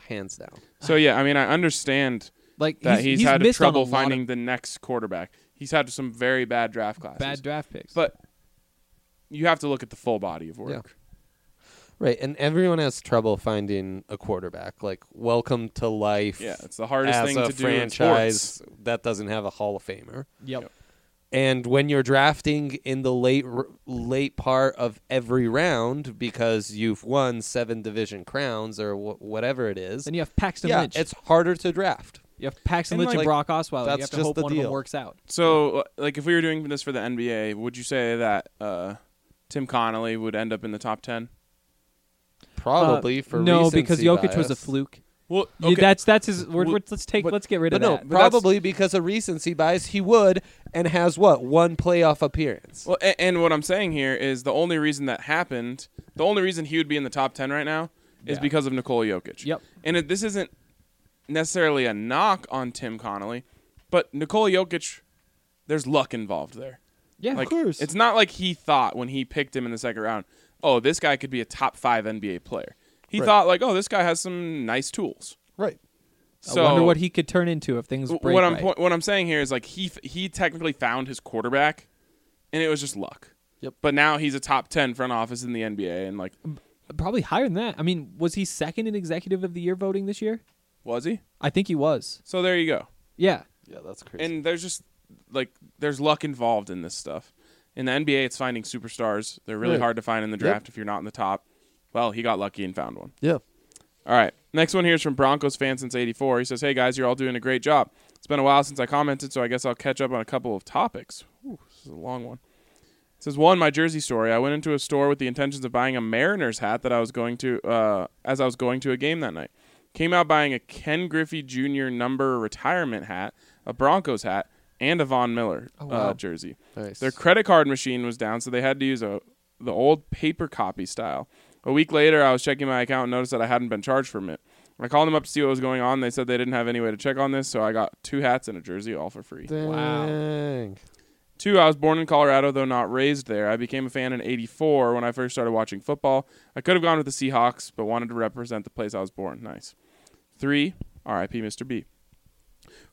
S7: hands down.
S1: So yeah, I mean, I understand
S3: like
S1: that
S3: he's,
S1: he's, had
S3: missed on a
S1: trouble
S3: lot of
S1: finding the next quarterback. He's had some very bad draft classes.
S3: bad draft picks.
S1: But you have to look at the full body of work.
S7: Right, and everyone has trouble finding a quarterback. Like, welcome to life.
S1: Yeah, it's the hardest
S7: as
S1: thing
S7: a
S1: to do in sports.
S7: franchise that doesn't have a Hall of Famer.
S3: yep.
S7: And when you're drafting in the late r- late part of every round because you've won seven division crowns or wh- whatever it is,
S3: Then you have Paxton
S7: yeah,
S3: Lynch.
S7: it's harder to draft.
S3: You have Paxton
S1: And,
S3: Lynch
S7: like-
S3: and Brock Osweiler.
S7: that's
S3: you have to
S7: just
S3: hope
S7: the
S3: one of
S7: deal.
S3: them works out.
S1: So, like, if we were doing this for the NBA, would you say that uh, Tim Connolly would end up in the top ten?
S7: Probably for
S3: Uh, no, because
S7: recency
S3: Jokic was a
S7: bias.
S3: fluke.
S1: Well,
S3: Yeah, that's that's his. We're,
S1: Well,
S3: we're- let's take. let's get rid
S7: But
S3: of
S7: no,
S3: that.
S7: probably because of recency bias, he would and has what one playoff appearance.
S1: Well, and, and what I'm saying here is the only reason that happened, the only reason he would be in the top 10 right now is because of Nicole Jokic.
S3: Yep.
S1: And it, this isn't necessarily a knock on Tim Connolly, but Nikola Jokic, there's luck involved there.
S10: Yeah, of
S1: Like,
S10: course.
S1: It's not like he thought when he picked him in the second round, oh, this guy could be a top five NBA player. He
S7: Right.
S1: thought like, oh, this guy has some nice tools.
S7: Right.
S1: So
S3: I wonder what he could turn into if things
S1: w-
S3: break
S1: what I'm
S3: right.
S1: point- what I'm saying here is like he f- he technically found his quarterback, and it was just luck.
S7: Yep.
S1: But now he's a top ten front office in the NBA, and like,
S3: Probably higher than that. I mean, was he second in executive of the year voting this year?
S1: was he?
S3: I think he was.
S1: So there you go.
S3: Yeah.
S7: Yeah, that's crazy.
S1: And there's just like there's luck involved in this stuff. In the NBA, it's finding superstars. They're really
S7: Right.
S1: hard to find in the draft if you're not in the top. Well, he got lucky and found one.
S7: yeah.
S1: All right. Next one here is from Broncos fan since 84. He says, Hey guys, you're all doing a great job. It's been a while since I commented, so I guess I'll catch up on a couple of topics. Ooh, this is a long one. It says, One, my jersey story. I went into a store with the intentions of buying a Mariners hat that I was going to, uh, as I was going to a game that night. Came out buying a Ken Griffey Jr. number retirement hat, a Broncos hat, and a Von Miller uh, jersey.
S7: Nice.
S1: Their credit card machine was down, so they had to use a the old paper copy style. A week later, I was checking my account and noticed that I hadn't been charged from it. I called them up to see what was going on. They said they didn't have any way to check on this, so I got two hats and a jersey, all for free.
S7: Dang.
S1: Two, I was born in Colorado, though not raised there. I became a fan in 84 when I first started watching football. I could have gone with the Seahawks, but wanted to represent the place I was born. Nice. Three, RIP Mr. B.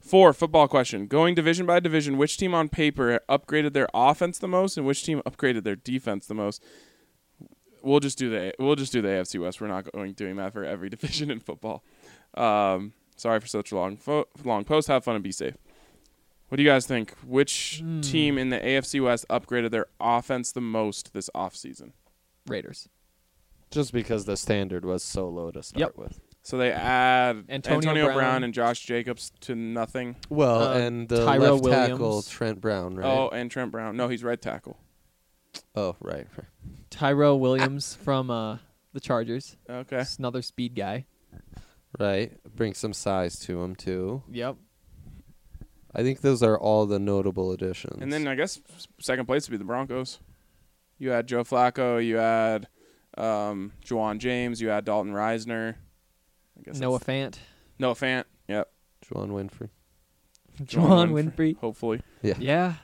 S1: Four, football question. Going division by division, which team on paper upgraded their offense the most and which team upgraded their defense the most? We'll just do the we'll just do the AFC West. We're not going doing that for every division in football. Um, sorry for such a long fo- long post. Have fun and be safe. What do you guys think? Which
S3: Hmm.
S1: team in the AFC West upgraded their offense the most this offseason?
S3: Raiders.
S7: Just because the standard was so low to start
S3: Yep.
S7: with.
S1: So they add Antonio,
S3: Antonio
S1: Brown.
S3: Brown.
S1: and Josh Jacobs to nothing.
S7: Well,
S3: Uh,
S7: and the
S3: Tyrell
S7: left tackle
S3: Williams.
S7: Trent Brown, right?
S1: Oh, and Trent Brown. No, he's right tackle.
S7: Oh, right. right.
S3: Tyrell Williams from uh, the Chargers.
S1: Okay.
S3: Just another speed guy.
S7: Right. Bring some size to him too.
S3: Yep.
S7: I think those are all the notable additions.
S1: And then I guess s- second place would be the Broncos. You add Joe Flacco, you add um, Juwan James, you add Dalton Reisner. I guess
S3: Noah
S1: that's-
S3: Fant.
S1: Noah Fant. Yep.
S7: Juwan Winfrey.
S3: John
S1: Juwan
S3: Winfrey.
S1: Hopefully.
S3: Yeah.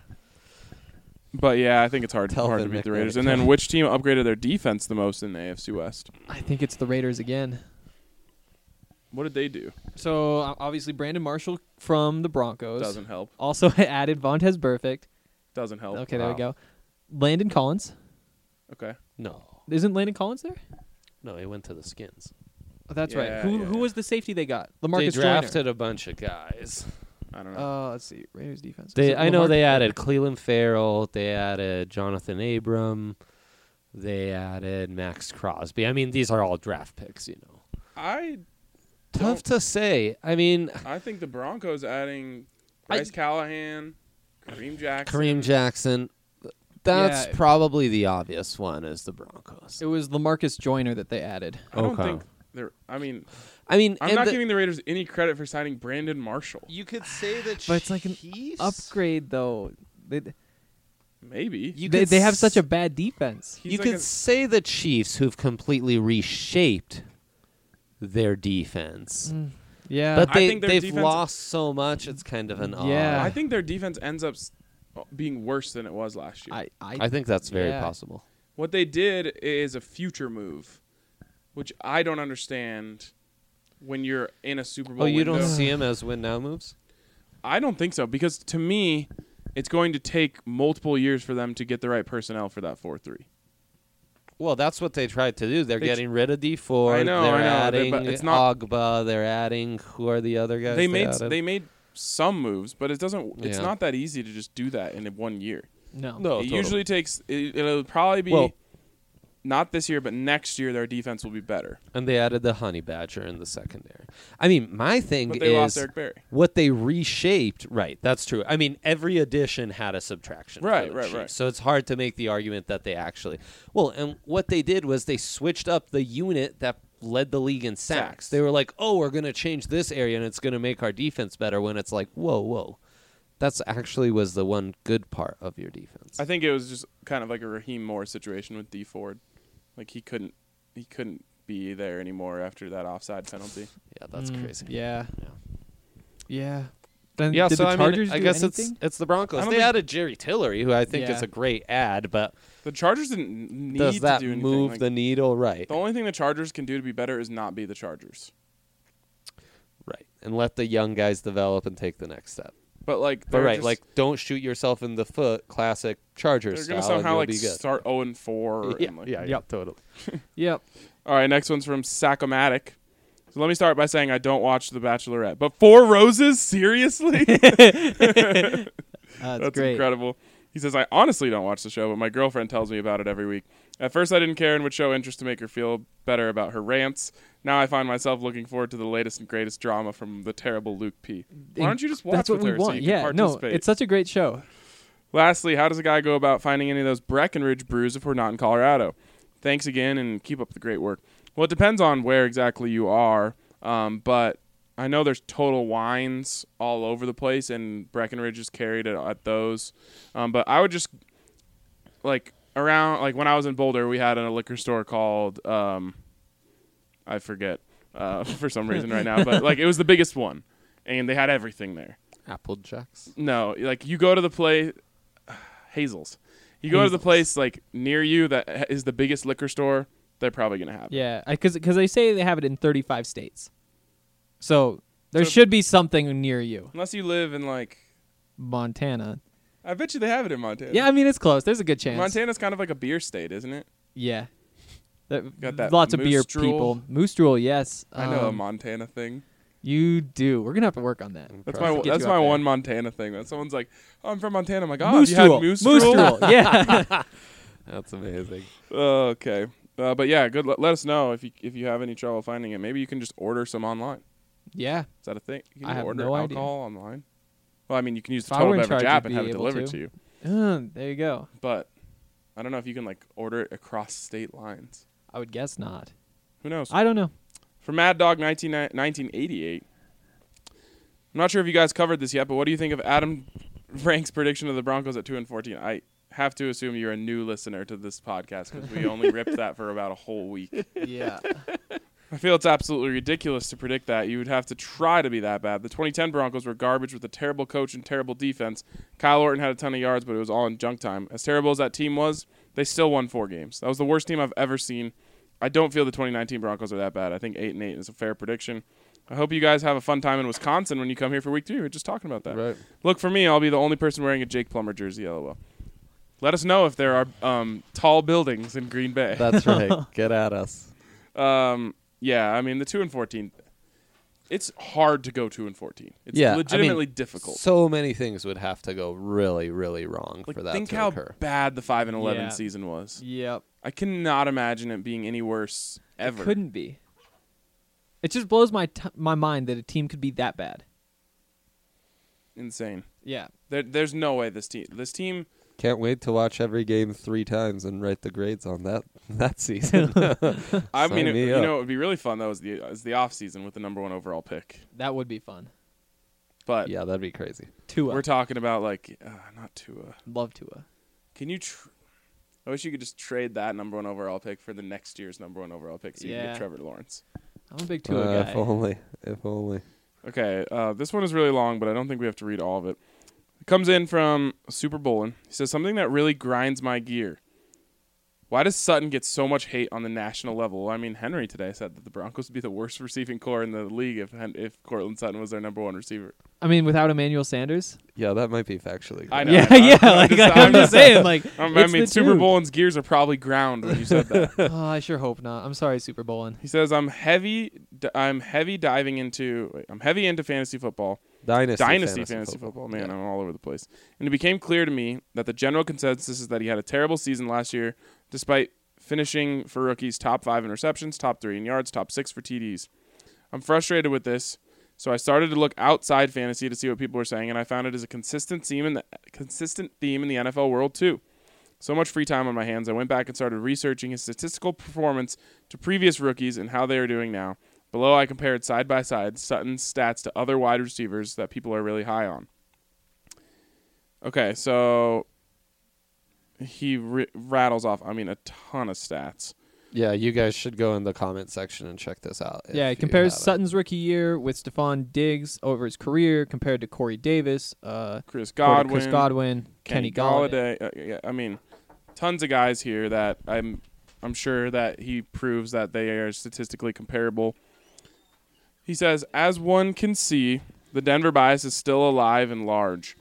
S1: But yeah, I think it's hard,
S7: Tell
S1: hard to
S7: Vin
S1: beat the
S7: McMahon.
S1: Raiders. And then which team upgraded their defense the most in the AFC West?
S3: I think it's the Raiders again.
S1: What did they do?
S3: So o- obviously Brandon Marshall from the Broncos.
S1: Doesn't Oh, help.
S3: Also added Vontez Perfect.
S1: Doesn't help.
S3: Okay, there we go. Landon Collins.
S1: Okay.
S7: No.
S3: Isn't Landon Collins there?
S7: No, he went to the Skins.
S3: Oh, that's
S1: Yeah,
S3: right. Who
S1: yeah,
S3: who
S1: yeah.
S3: was the safety they got? Lamarcus
S7: they
S3: Joyner.
S7: drafted a bunch of guys.
S1: I don't know.
S3: Uh, let's see. Raiders defense. Was
S7: They,
S3: it
S7: I know
S3: Lamar-
S7: they added Cleveland Farrell. They added Jonathan Abram. They added Max Crosby. I mean, these are all draft picks, you know.
S1: I
S7: Tough to say. I mean,
S1: I think the Broncos adding
S7: I-
S1: Bryce Callahan, Kareem Jackson.
S7: Kareem Jackson. That's
S3: Yeah.
S7: probably the obvious one is the Broncos.
S3: It was Lamarcus Joyner that they added.
S1: I don't
S7: Okay.
S1: think they're. I mean,
S7: I mean,
S1: I'm
S7: and
S1: not
S7: the-
S1: giving the Raiders any credit for signing Brandon Marshall.
S8: You could say that
S3: But it's like an Upgrade though. They
S1: Maybe.
S7: You
S3: they,
S7: could
S3: they have such a
S7: s-
S3: bad defense.
S1: He's
S7: You
S1: like
S7: could
S1: a-
S7: say the Chiefs who've completely reshaped their defense.
S3: Mm. Yeah.
S7: But
S1: I
S7: they,
S1: think their
S7: they've
S1: defense-
S7: lost so much, it's kind of an odd.
S3: Yeah.
S1: I think their defense ends up s- being worse than it was last year.
S3: I, I,
S7: I think that's very
S3: Yeah.
S7: possible.
S1: what they did is a future move, which I don't understand. When you're in a Super Bowl,
S7: oh, you don't
S1: window.
S7: see him as win now moves?
S1: I don't think so because to me, it's going to take multiple years for them to get the right personnel for that four three.
S7: Well, that's what they tried to do. They're
S1: They-
S7: getting rid of D four.
S1: I know,
S7: They're
S1: I know, they-
S7: adding
S1: but it's not-
S7: Ogba. They're adding who are the other guys?
S1: they made
S7: added?
S1: they made some moves, but it doesn't. It's
S7: Yeah.
S1: not that easy to just do that in one year.
S3: no.
S7: no.
S1: it
S7: totally.
S1: usually takes. It, it'll probably be
S7: Well-
S1: not this year, but next year their defense will be better.
S7: and they added the honey badger in the secondary. I mean, my thing
S1: But they
S7: is
S1: lost Eric Berry.
S7: what they reshaped. Right, that's true. I mean, every addition had a subtraction. for
S1: Right,
S7: the
S1: right,
S7: Chiefs,
S1: right.
S7: So it's hard to make the argument that they actually. Well, and what they did was they switched up the unit that led the league in sacks.
S1: Sacks.
S7: They were like, "Oh, we're going to change this area and it's going to make our defense better." When it's like, "Whoa, whoa." That's actually was the one good part of your defense.
S1: I think it was just kind of like a Raheem Moore situation with D Ford. Like he couldn't he couldn't be there anymore after that offside penalty.
S7: yeah, that's
S3: Mm,
S7: crazy.
S3: Yeah.
S7: Yeah.
S10: Yeah.
S3: Then
S7: Yeah,
S3: did
S7: so
S3: the
S7: I mean,
S3: Chargers
S7: I
S3: do
S7: guess
S3: anything?
S7: it's it's the Broncos.
S1: I
S7: They
S1: don't think-
S7: added Jerry Tillery, who I think
S10: Yeah.
S7: is a great ad, but
S1: The Chargers didn't need
S7: does that
S1: to do anything.
S7: move
S1: like,
S7: the needle right?
S1: the only thing the Chargers can do to be better is not be the Chargers.
S7: Right, and let the young guys develop and take the next step.
S1: But like,
S7: But
S1: they're
S7: right,
S1: just-
S7: like don't shoot yourself in the foot. Classic Chargers
S1: they're
S7: style.
S1: gonna somehow
S7: and
S1: like
S7: you'll be good.
S1: start zero and four.
S7: yeah,
S1: and, like-
S7: yeah, yeah,
S3: Yep.
S7: totally.
S3: yep.
S1: All right, next one's from Sacomatic. So let me start by saying I don't watch The Bachelorette, but Four Roses, seriously,
S3: Uh, it's
S1: that's
S3: great.
S1: incredible. He says I honestly don't watch the show, but my girlfriend tells me about it every week. At first, I didn't care and would show interest to make her feel better about her rants. Now I find myself looking forward to the latest and greatest drama from the terrible Luke P. Why don't you just watch
S3: That's what
S1: with
S3: we
S1: her so
S3: want.
S1: you can
S3: yeah, no,
S1: participate?
S3: it's such a great show.
S1: Lastly, how does a guy go about finding any of those Breckenridge brews if we're not in Colorado? Thanks again, and keep up the great work. Well, it depends on where exactly you are, um, but I know there's Total Wines all over the place, and Breckenridge is carried at, at those. Um, but I would just like around like when I was in Boulder, we had a liquor store called um, I forget uh, for some reason right now, but like it was the biggest one, and they had everything there.
S7: Apple Jacks.
S1: No, like you go to the place, Hazel's. You go to the place like near you that ha- is the biggest liquor store. They're probably gonna have. it.
S3: Yeah, because because they say they have it in 35 states, so there
S1: So-
S3: should be something near you,
S1: Unless you live in like,
S3: Montana.
S1: I bet you they have it in Montana.
S3: Yeah, I mean it's close. There's a good chance.
S1: Montana's kind of like a beer state, isn't it?
S3: Yeah. That-
S1: Got that
S3: lots of
S1: moose
S3: beer
S1: drool.
S3: people. Moose drool, yes.
S1: I know a
S3: Um,
S1: Montana thing.
S3: You do. We're gonna have to work on that.
S1: That's my
S3: get
S1: that's
S3: you
S1: my
S3: out there.
S1: one Montana thing. That someone's like, oh, I'm from Montana. I'm like, oh,
S3: moose
S1: you had
S3: drool.
S1: moose, drool?
S3: drool. yeah.
S7: That's amazing.
S1: okay, uh, but yeah, good. Let, let us know if you if you have any trouble finding it. Maybe you can just order some online.
S3: yeah.
S1: Is that a thing? You can
S3: I have
S1: order
S3: no idea.
S1: alcohol online. Well, I mean, you can use the
S3: If I
S1: Total
S3: were in
S1: Beverage
S3: charge,
S1: app
S3: I'd
S1: and have
S3: be
S1: it
S3: able
S1: delivered
S3: to.
S1: to you.
S3: Uh, there you go.
S1: but I don't know if you can like order it across state lines.
S3: I would guess not.
S1: Who knows?
S3: I don't know.
S1: For Mad Dog 19, 1988, I'm not sure if you guys covered this yet, but what do you think of Adam Frank's prediction of the Broncos at 2 and 14? I have to assume you're a new listener to this podcast because we only ripped that for about a whole week.
S3: Yeah.
S1: I feel it's absolutely ridiculous to predict that. You would have to try to be that bad. The 2010 Broncos were garbage with a terrible coach and terrible defense. Kyle Orton had a ton of yards, but it was all in junk time. As terrible as that team was, they still won four games. That was the worst team I've ever seen. I don't feel the 2019 Broncos are that bad. I think 8 and 8 is a fair prediction. I hope you guys have a fun time in Wisconsin when you come here for week 3. We were just talking about that.
S7: Right.
S1: Look for me, I'll be the only person wearing a Jake Plummer jersey, lol. Let us know if there are um, tall buildings in Green Bay.
S7: That's right. Get at us.
S1: Um, yeah, I mean the two and fourteen. It's hard to go two and fourteen. It's
S7: Yeah, I mean,
S1: legitimately difficult.
S7: So many things would have to go really, really wrong
S1: like,
S7: for that
S1: think
S7: to
S1: how
S7: occur.
S1: bad the five and eleven
S3: Yeah.
S1: season was.
S3: yep.
S1: I cannot imagine it being any worse ever.
S3: Couldn't be. It just blows my t- my mind that a team could be that bad.
S1: Insane.
S3: Yeah.
S1: There, there's no way this team. This team.
S7: Can't wait to watch every game three times and write the grades on that that season.
S1: I
S7: Sign
S1: mean, it,
S7: me
S1: you
S7: up.
S1: know, it would be really fun though. Is the is the off season with the number one overall pick.
S3: That would be fun.
S1: But
S7: yeah, that'd be crazy.
S3: Tua.
S1: we're talking about like uh, not Tua.
S3: Love Tua.
S1: Can you? Tr- I wish you could just trade that number one overall pick for the next year's number one overall pick, so you can
S3: Yeah.
S1: get Trevor Lawrence.
S3: I'm a big Tua
S7: Uh,
S3: guy.
S7: If only. If only.
S1: Okay, uh, this one is really long, but I don't think we have to read all of it. It comes in from Super Bowlin. He says something that really grinds my gear. Why does Sutton get so much hate on the national level? I mean, Henry today said that the Broncos would be the worst receiving core in the league if Hen- if Cortland Sutton was their number one receiver.
S3: I mean, without Emmanuel Sanders.
S7: Yeah, that might be factually.
S1: I
S7: correct.
S1: know.
S3: yeah,
S1: I'm-
S3: yeah.
S1: I'm
S3: like
S1: just-
S3: I'm,
S1: I'm just-
S3: just, saying, like
S1: Um, I
S3: it's
S1: mean,
S3: the
S1: Super
S3: dude.
S1: Bowlin's gears are probably ground when you said that.
S3: Oh, I sure hope not. I'm sorry, Super Bowlin.
S1: he says, "I'm heavy. D- I'm heavy diving into. Wait, I'm heavy into fantasy football.
S7: Dynasty,
S1: Dynasty fantasy, football. Man, I'm all over the place. And it became clear to me that the general consensus is that he had a terrible season last year, despite finishing for rookies top five in receptions, top three in yards, top six for TDs. I'm frustrated with this, so I started to look outside fantasy to see what people were saying, and I found it as a consistent theme in the consistent theme in the NFL world too. So much free time on my hands, I went back and started researching his statistical performance to previous rookies and how they are doing now. Below, I compared side by side Sutton's stats to other wide receivers that people are really high on. Okay, so he r rattles off, I mean, a ton of stats.
S7: Yeah, you guys should go in the comment section and check this out.
S3: yeah,
S7: if
S3: it
S7: you
S3: compares
S7: haven't.
S3: Sutton's rookie year with Stephon Diggs over his career compared to Corey Davis, uh,
S1: Chris Godwin,
S3: compared to Chris Godwin, Kenny, Galladay.
S1: Uh, yeah, I mean, tons of guys here that I'm I'm sure that he proves that they are statistically comparable. He says, as one can see, the Denver bias is still alive and large.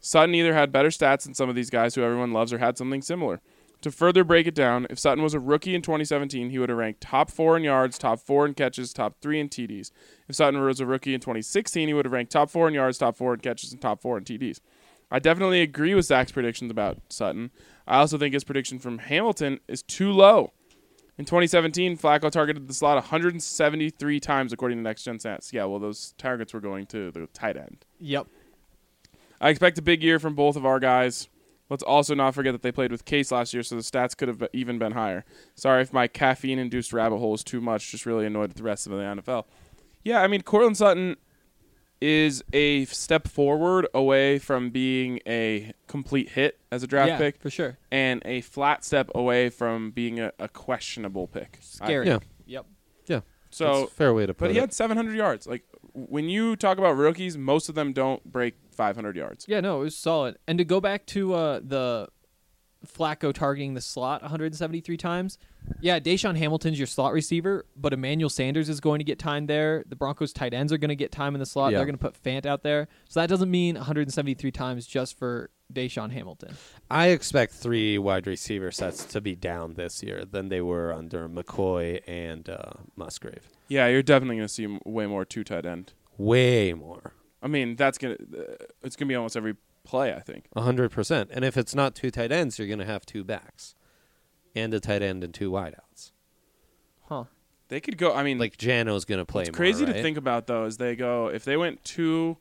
S1: Sutton either had better stats than some of these guys who everyone loves or had something similar. To further break it down, if Sutton was a rookie in 2017, he would have ranked top four in yards, top four in catches, top three in TDs. If Sutton was a rookie in 2016, he would have ranked top four in yards, top four in catches, and top four in TDs. I definitely agree with Zach's predictions about Sutton. I also think his prediction from Hamilton is too low. In 2017, Flacco targeted the slot 173 times, according to Next Gen Stats. Yeah, well, those targets were going to the tight end.
S3: Yep.
S1: I expect a big year from both of our guys. Let's also not forget that they played with Case last year, so the stats could have even been higher. Sorry if my caffeine induced rabbit hole is too much. Just really annoyed at the rest of the NFL. Yeah, I mean, Cortland Sutton is a step forward away from being a complete hit as a draft
S3: yeah,
S1: pick
S3: for sure.
S1: and a flat step away from being a, a questionable pick. I-
S3: Scary.
S7: Yeah.
S3: Yep.
S1: so,
S7: That's a fair way to put
S1: but
S7: it.
S1: he had 700 yards. Like when you talk about rookies, most of them don't break 500 yards.
S3: Yeah, no, it was solid. And to go back to uh, the Flacco targeting the slot 173 times, yeah, Deshaun Hamilton's your slot receiver, but Emmanuel Sanders is going to get time there. The Broncos tight ends are going to get time in the slot.
S7: Yeah.
S3: They're going to put Fant out there. So that doesn't mean 173 times just for Deshaun Hamilton.
S7: I expect three wide receiver sets to be down this year than they were under McCoy and uh, Musgrave.
S1: Yeah, you're definitely going to see m- way more two tight end.
S7: Way more.
S1: I mean, that's gonna uh, it's gonna be almost every play. I think.
S7: 100%. And if it's not two tight ends, you're going to have two backs and a tight end and two wideouts.
S3: Huh.
S1: They could go. I mean,
S7: Like Jano's going to play
S1: Mm. it's
S7: more,
S1: crazy to
S7: right?
S1: think about though. Is they go if they went two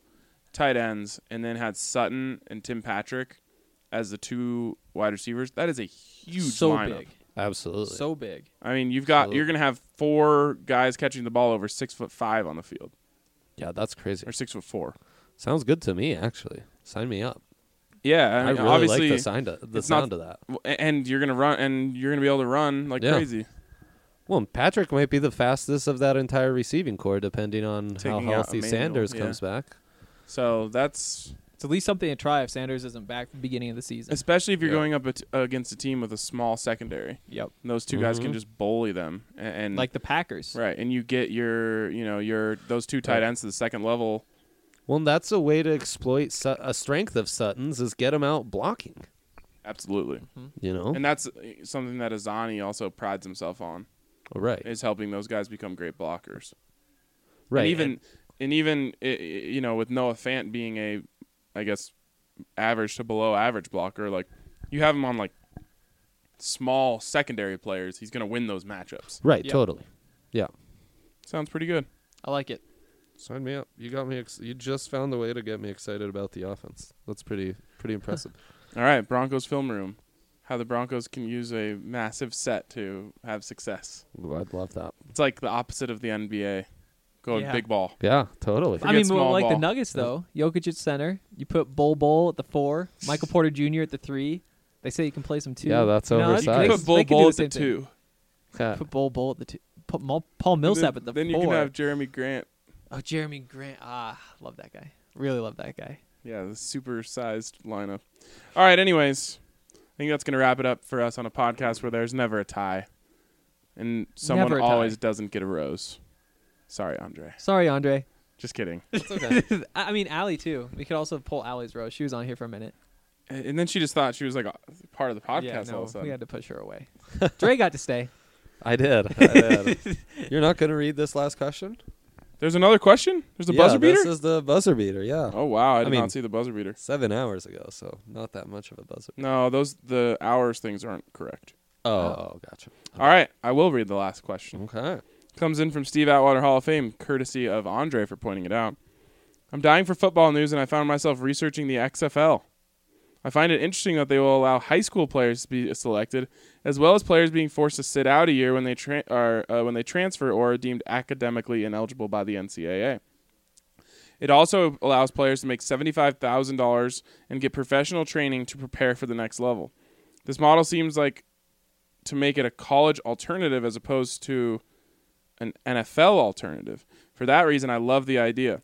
S1: tight ends and then had Sutton and Tim Patrick as the two wide receivers. That is a huge
S3: so
S1: lineup.
S3: big.
S7: Absolutely.
S3: So big.
S1: I mean, you've got you're
S7: Absolutely.
S1: gonna have four guys catching the ball over six foot five on the field
S7: yeah, that's crazy.
S1: or six foot four.
S7: Sounds good to me, actually. Sign me up.
S1: Yeah, I,
S7: I,
S1: mean,
S7: really
S1: obviously,
S7: like the sound of, the
S1: it's not-
S7: sound of that.
S1: w- a- and you're gonna run and you're gonna be able to run like
S7: Yeah.
S1: crazy.
S7: Well, and Patrick might be the fastest of that entire receiving core, depending on how
S1: Taking out
S7: healthy
S1: Emmanuel,
S7: Sanders
S1: yeah.
S7: comes back.
S1: So that's
S3: It's at least something to try if Sanders isn't back at the beginning of the season.
S1: especially if you're
S7: Yeah.
S1: going up at, against a team with a small secondary.
S3: yep.
S1: And those 2 guys
S7: Mm-hmm.
S1: can just bully them a- and,
S3: Like the Packers.
S1: right, and you get your you know your those two tight
S7: Right.
S1: ends to the second level.
S7: Well, and that's a way to exploit Su- a strength of Sutton's is get him out blocking.
S1: Absolutely,
S7: You know,
S1: and that's uh, something that Azani also prides himself on
S7: Oh, right,
S1: is helping those guys become great blockers.
S7: right.
S1: And even and even i- i- you know with Noah Fant being a I guess average to below average blocker, like you have him on like small secondary players, he's going to win those matchups.
S7: right,
S3: Yeah.
S7: totally. Yeah.
S1: Sounds pretty good.
S3: I like it.
S7: Sign me up. You got me. Ex- you just found a way to get me excited about the offense. That's pretty pretty impressive.
S1: All right, Broncos film room. How the Broncos can use a massive set to have success.
S7: Ooh, I'd love that.
S1: It's like the opposite of the NBA. Going
S3: Yeah.
S1: big ball.
S7: Yeah, totally.
S1: Forget
S3: I mean,
S1: small
S3: well, like
S1: ball.
S3: the Nuggets though, Jokic at center. You put Bull Bull at the four, Michael Porter Jr. at the three. They say you can play some two.
S7: Yeah, that's
S3: No,
S1: You can
S7: Nice.
S1: put
S3: They
S1: Bull
S3: could do
S1: Bull
S3: the
S1: at the
S3: same thing.
S1: two.
S7: Yeah.
S3: Put Bull Bull at the two. Put Mul- Paul Millsap
S1: then
S3: at the
S1: then you
S3: four.
S1: can have Jeremy Grant.
S3: oh, Jeremy Grant. Ah, love that guy. Really love that guy.
S1: Yeah, the super sized lineup. All right, anyways. I think that's going to wrap it up for us on a podcast where there's never a tie. And someone
S3: Never a tie.
S1: always doesn't get a rose. Sorry, Andre.
S3: Sorry, Andre.
S1: Just kidding.
S3: I I mean, Allie too. We could also pull Allie's row. She was on here for a minute.
S1: and then she just thought she was like a- part of the podcast
S3: yeah,
S1: all
S3: no,
S1: of a sudden.
S3: we had to push her away. Dre got to stay.
S7: I did. I did. You're not going to read this last question?
S1: There's another question? There's a
S7: yeah,
S1: buzzer beater?
S7: This is the buzzer beater. Yeah.
S1: oh, wow. I did
S7: mean-
S1: not see the buzzer beater.
S7: Seven hours ago, so not that much of a buzzer. beater.
S1: No, those the hours things aren't correct.
S7: Oh, oh, gotcha.
S1: All right, I will read the last question.
S7: Okay.
S1: Comes in from Steve Atwater Hall of Fame, courtesy of Andre for pointing it out. I'm dying for football news, and I found myself researching the XFL. I find it interesting that they will allow high school players to be selected, as well as players being forced to sit out a year when they tra- are uh, when they transfer or are deemed academically ineligible by the NCAA. It also allows players to make seventy-five thousand dollars and get professional training to prepare for the next level. This model seems like to make it a college alternative as opposed to an NFL alternative. For that reason, I love the idea.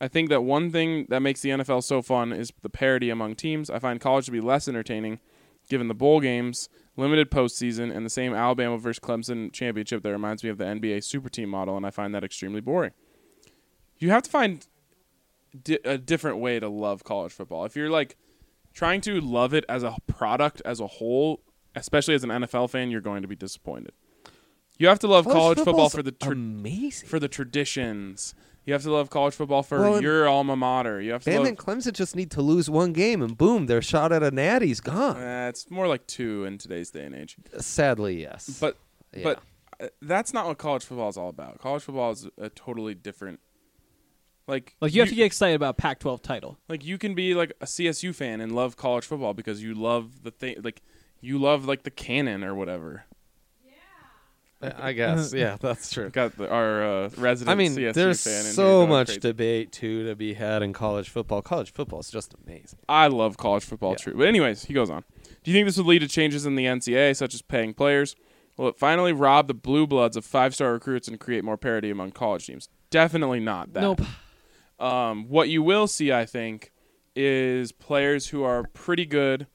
S1: I think that one thing that makes the NFL so fun is the parity among teams. I find college to be less entertaining, given the bowl games, limited postseason, and the same Alabama versus Clemson championship that reminds me of the NBA super team model, and I find that extremely boring. You have to find di- a different way to love college football. If you're like trying to love it as a product as a whole, especially as an NFL fan, you're going to be disappointed. You have to love college, football
S7: football's
S1: for the tra-
S7: amazing.
S1: for the traditions. You have to love college football for
S7: Well, and-
S1: your alma mater. You have to
S7: Bama
S1: love.
S7: and Clemson just need to lose one game, and boom, their shot at a natty's gone.
S1: Eh, it's more like two in today's day and age.
S7: Sadly, yes.
S1: But
S7: Yeah.
S1: but uh, that's not what college football is all about. College football is a totally different. Like
S11: Like you have to get excited about Pac-12 title.
S1: like you can be like a CSU fan and love college football because you love the thing like you love like the cannon or whatever.
S7: I guess, yeah, that's true.
S1: Got the, our uh, resident.
S7: I mean,
S1: CSU
S7: there's
S1: fan in here
S7: so
S1: going
S7: much
S1: crazy.
S7: debate too to be had in college football. College football is just amazing.
S1: I love college football
S7: Yeah.
S1: too. But anyways, he goes on. Do you think this would lead to changes in the NCAA, such as paying players? Will it finally rob the blue bloods of five star recruits and create more parity among college teams? Definitely not that.
S3: Nope.
S1: Um, what you will see, I think, is players who are pretty good,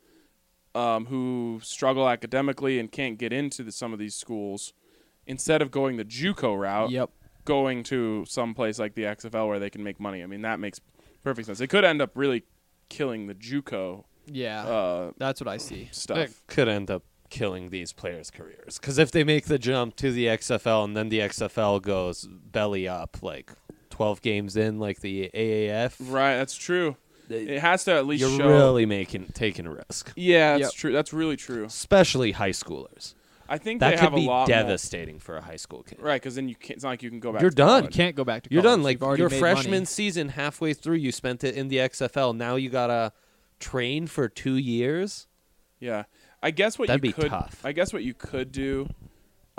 S1: um, who struggle academically and can't get into the, some of these schools, instead of going the JUCO route,
S11: Yep.
S1: going to some place like the XFL where they can make money. I mean, that makes perfect sense. It could end up really killing the JUCO
S11: Yeah.
S1: uh,
S11: that's what I see.
S1: stuff.
S7: could end up killing these players' careers because if they make the jump to the XFL and then the XFL goes belly up, like twelve games in, like the AAF,
S1: Right, that's true.
S7: They-
S1: It has to at least
S7: You're
S1: show.
S7: really making taking a risk,
S1: yeah, that's
S11: Yep.
S1: true. That's really true.
S7: especially high schoolers.
S1: I think they
S7: That
S1: have
S7: could be
S1: a lot more-
S7: devastating for a high school kid.
S1: Right, because then you can't. It's not like you can go back.
S7: You're
S1: to
S7: done.
S1: college.
S3: You can't go back to college.
S7: You're done. Like
S3: You've already
S7: your
S3: made
S7: freshman
S3: money.
S7: season, halfway through, you spent it in the XFL. Now you gotta train for two years.
S1: Yeah, I guess what
S7: That'd
S1: you
S7: be
S1: could.
S7: tough.
S1: I guess what you could do,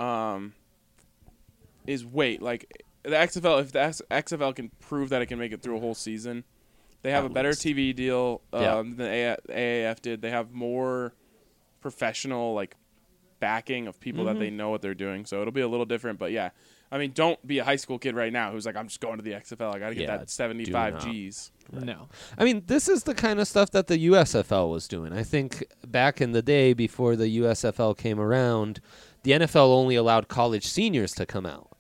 S1: um, is wait. Like the XFL, if the X- XFL can prove that it can make it through a whole season, they have
S7: At
S1: a better
S7: least.
S1: TV deal um,
S7: Yeah.
S1: than A- AAF did. They have more professional like backing of people that they know what they're doing. So it'll be a little different, but yeah. I mean, don't be a high school kid right now who's like, I'm just going to the XFL. I got to get
S7: Yeah,
S1: that 75
S7: not.
S1: G's.
S3: No.
S7: I mean, this is the kind of stuff that the USFL was doing. I think back in the day before the USFL came around, the NFL only allowed college seniors to come out.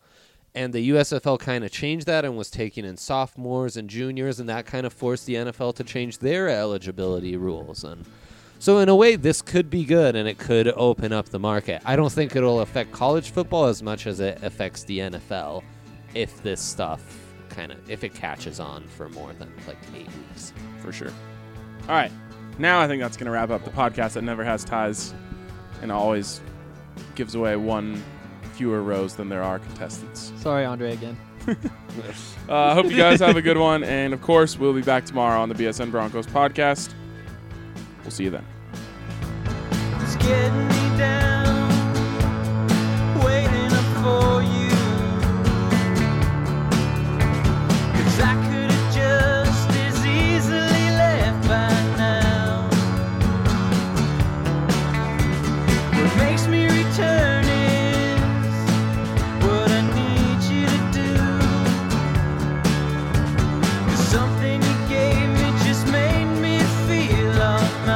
S7: And the USFL kind of changed that and was taking in sophomores and juniors, and that kind of forced the NFL to change their eligibility rules. And so, in a way, this could be good and it could open up the market. I don't think it'll affect college football as much as it affects the NFL if this stuff kind of if it catches on for more than like eight weeks.
S1: for sure. All right. Now I think that's going to wrap up the podcast that never has ties and always gives away one fewer rows than there are contestants.
S3: Sorry, Andre again.
S1: Uh, I hope you guys have a good one. And of course, we'll be back tomorrow on the BSN Broncos podcast. We'll see you then.
S2: It's getting me down, waiting up for you. 'Cause I could have just as easily left by now. What makes me return is what I need you to do. 'Cause something you gave me just made me feel almighty.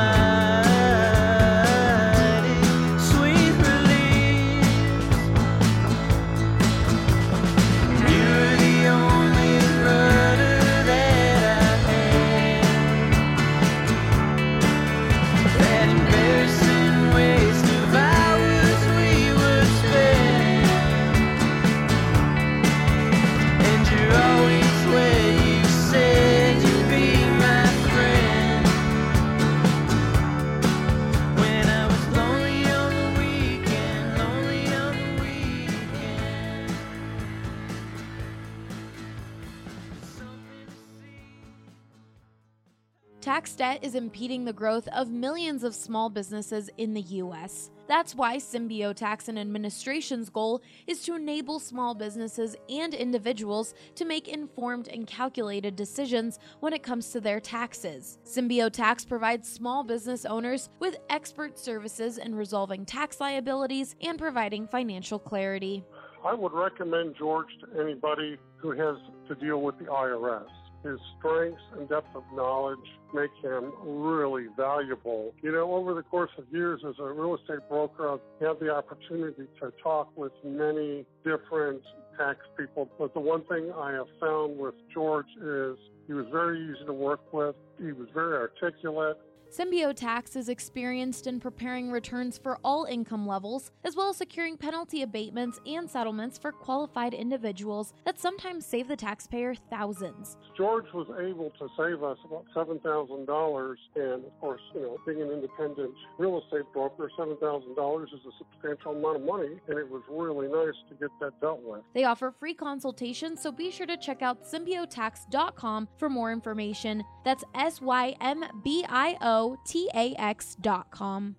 S4: Tax debt is impeding the growth of millions of small businesses in the U.S. That's why Symbio Tax and Administration's goal is to enable small businesses and individuals to make informed and calculated decisions when it comes to their taxes. Symbio Tax provides small business owners with expert services in resolving tax liabilities and providing financial clarity.
S12: I would recommend George to anybody who has to deal with the IRS. His strengths and depth of knowledge make him really valuable. You know, over the course of years as a real estate broker, I've had the opportunity to talk with many different tax people. But the one thing I have found with George is he was very easy to work with, he was very articulate,
S4: Symbiotax is experienced in preparing returns for all income levels, as well as securing penalty abatements and settlements for qualified individuals that sometimes save the taxpayer thousands.
S12: George was able to save us about seven thousand dollars, and of course, you know, being an independent real estate broker, seven thousand dollars is a substantial amount of money, and it was really nice to get that dealt with.
S4: They offer free consultations, so be sure to check out symbiotax.com for more information. That's S Y M B I O T A X.com.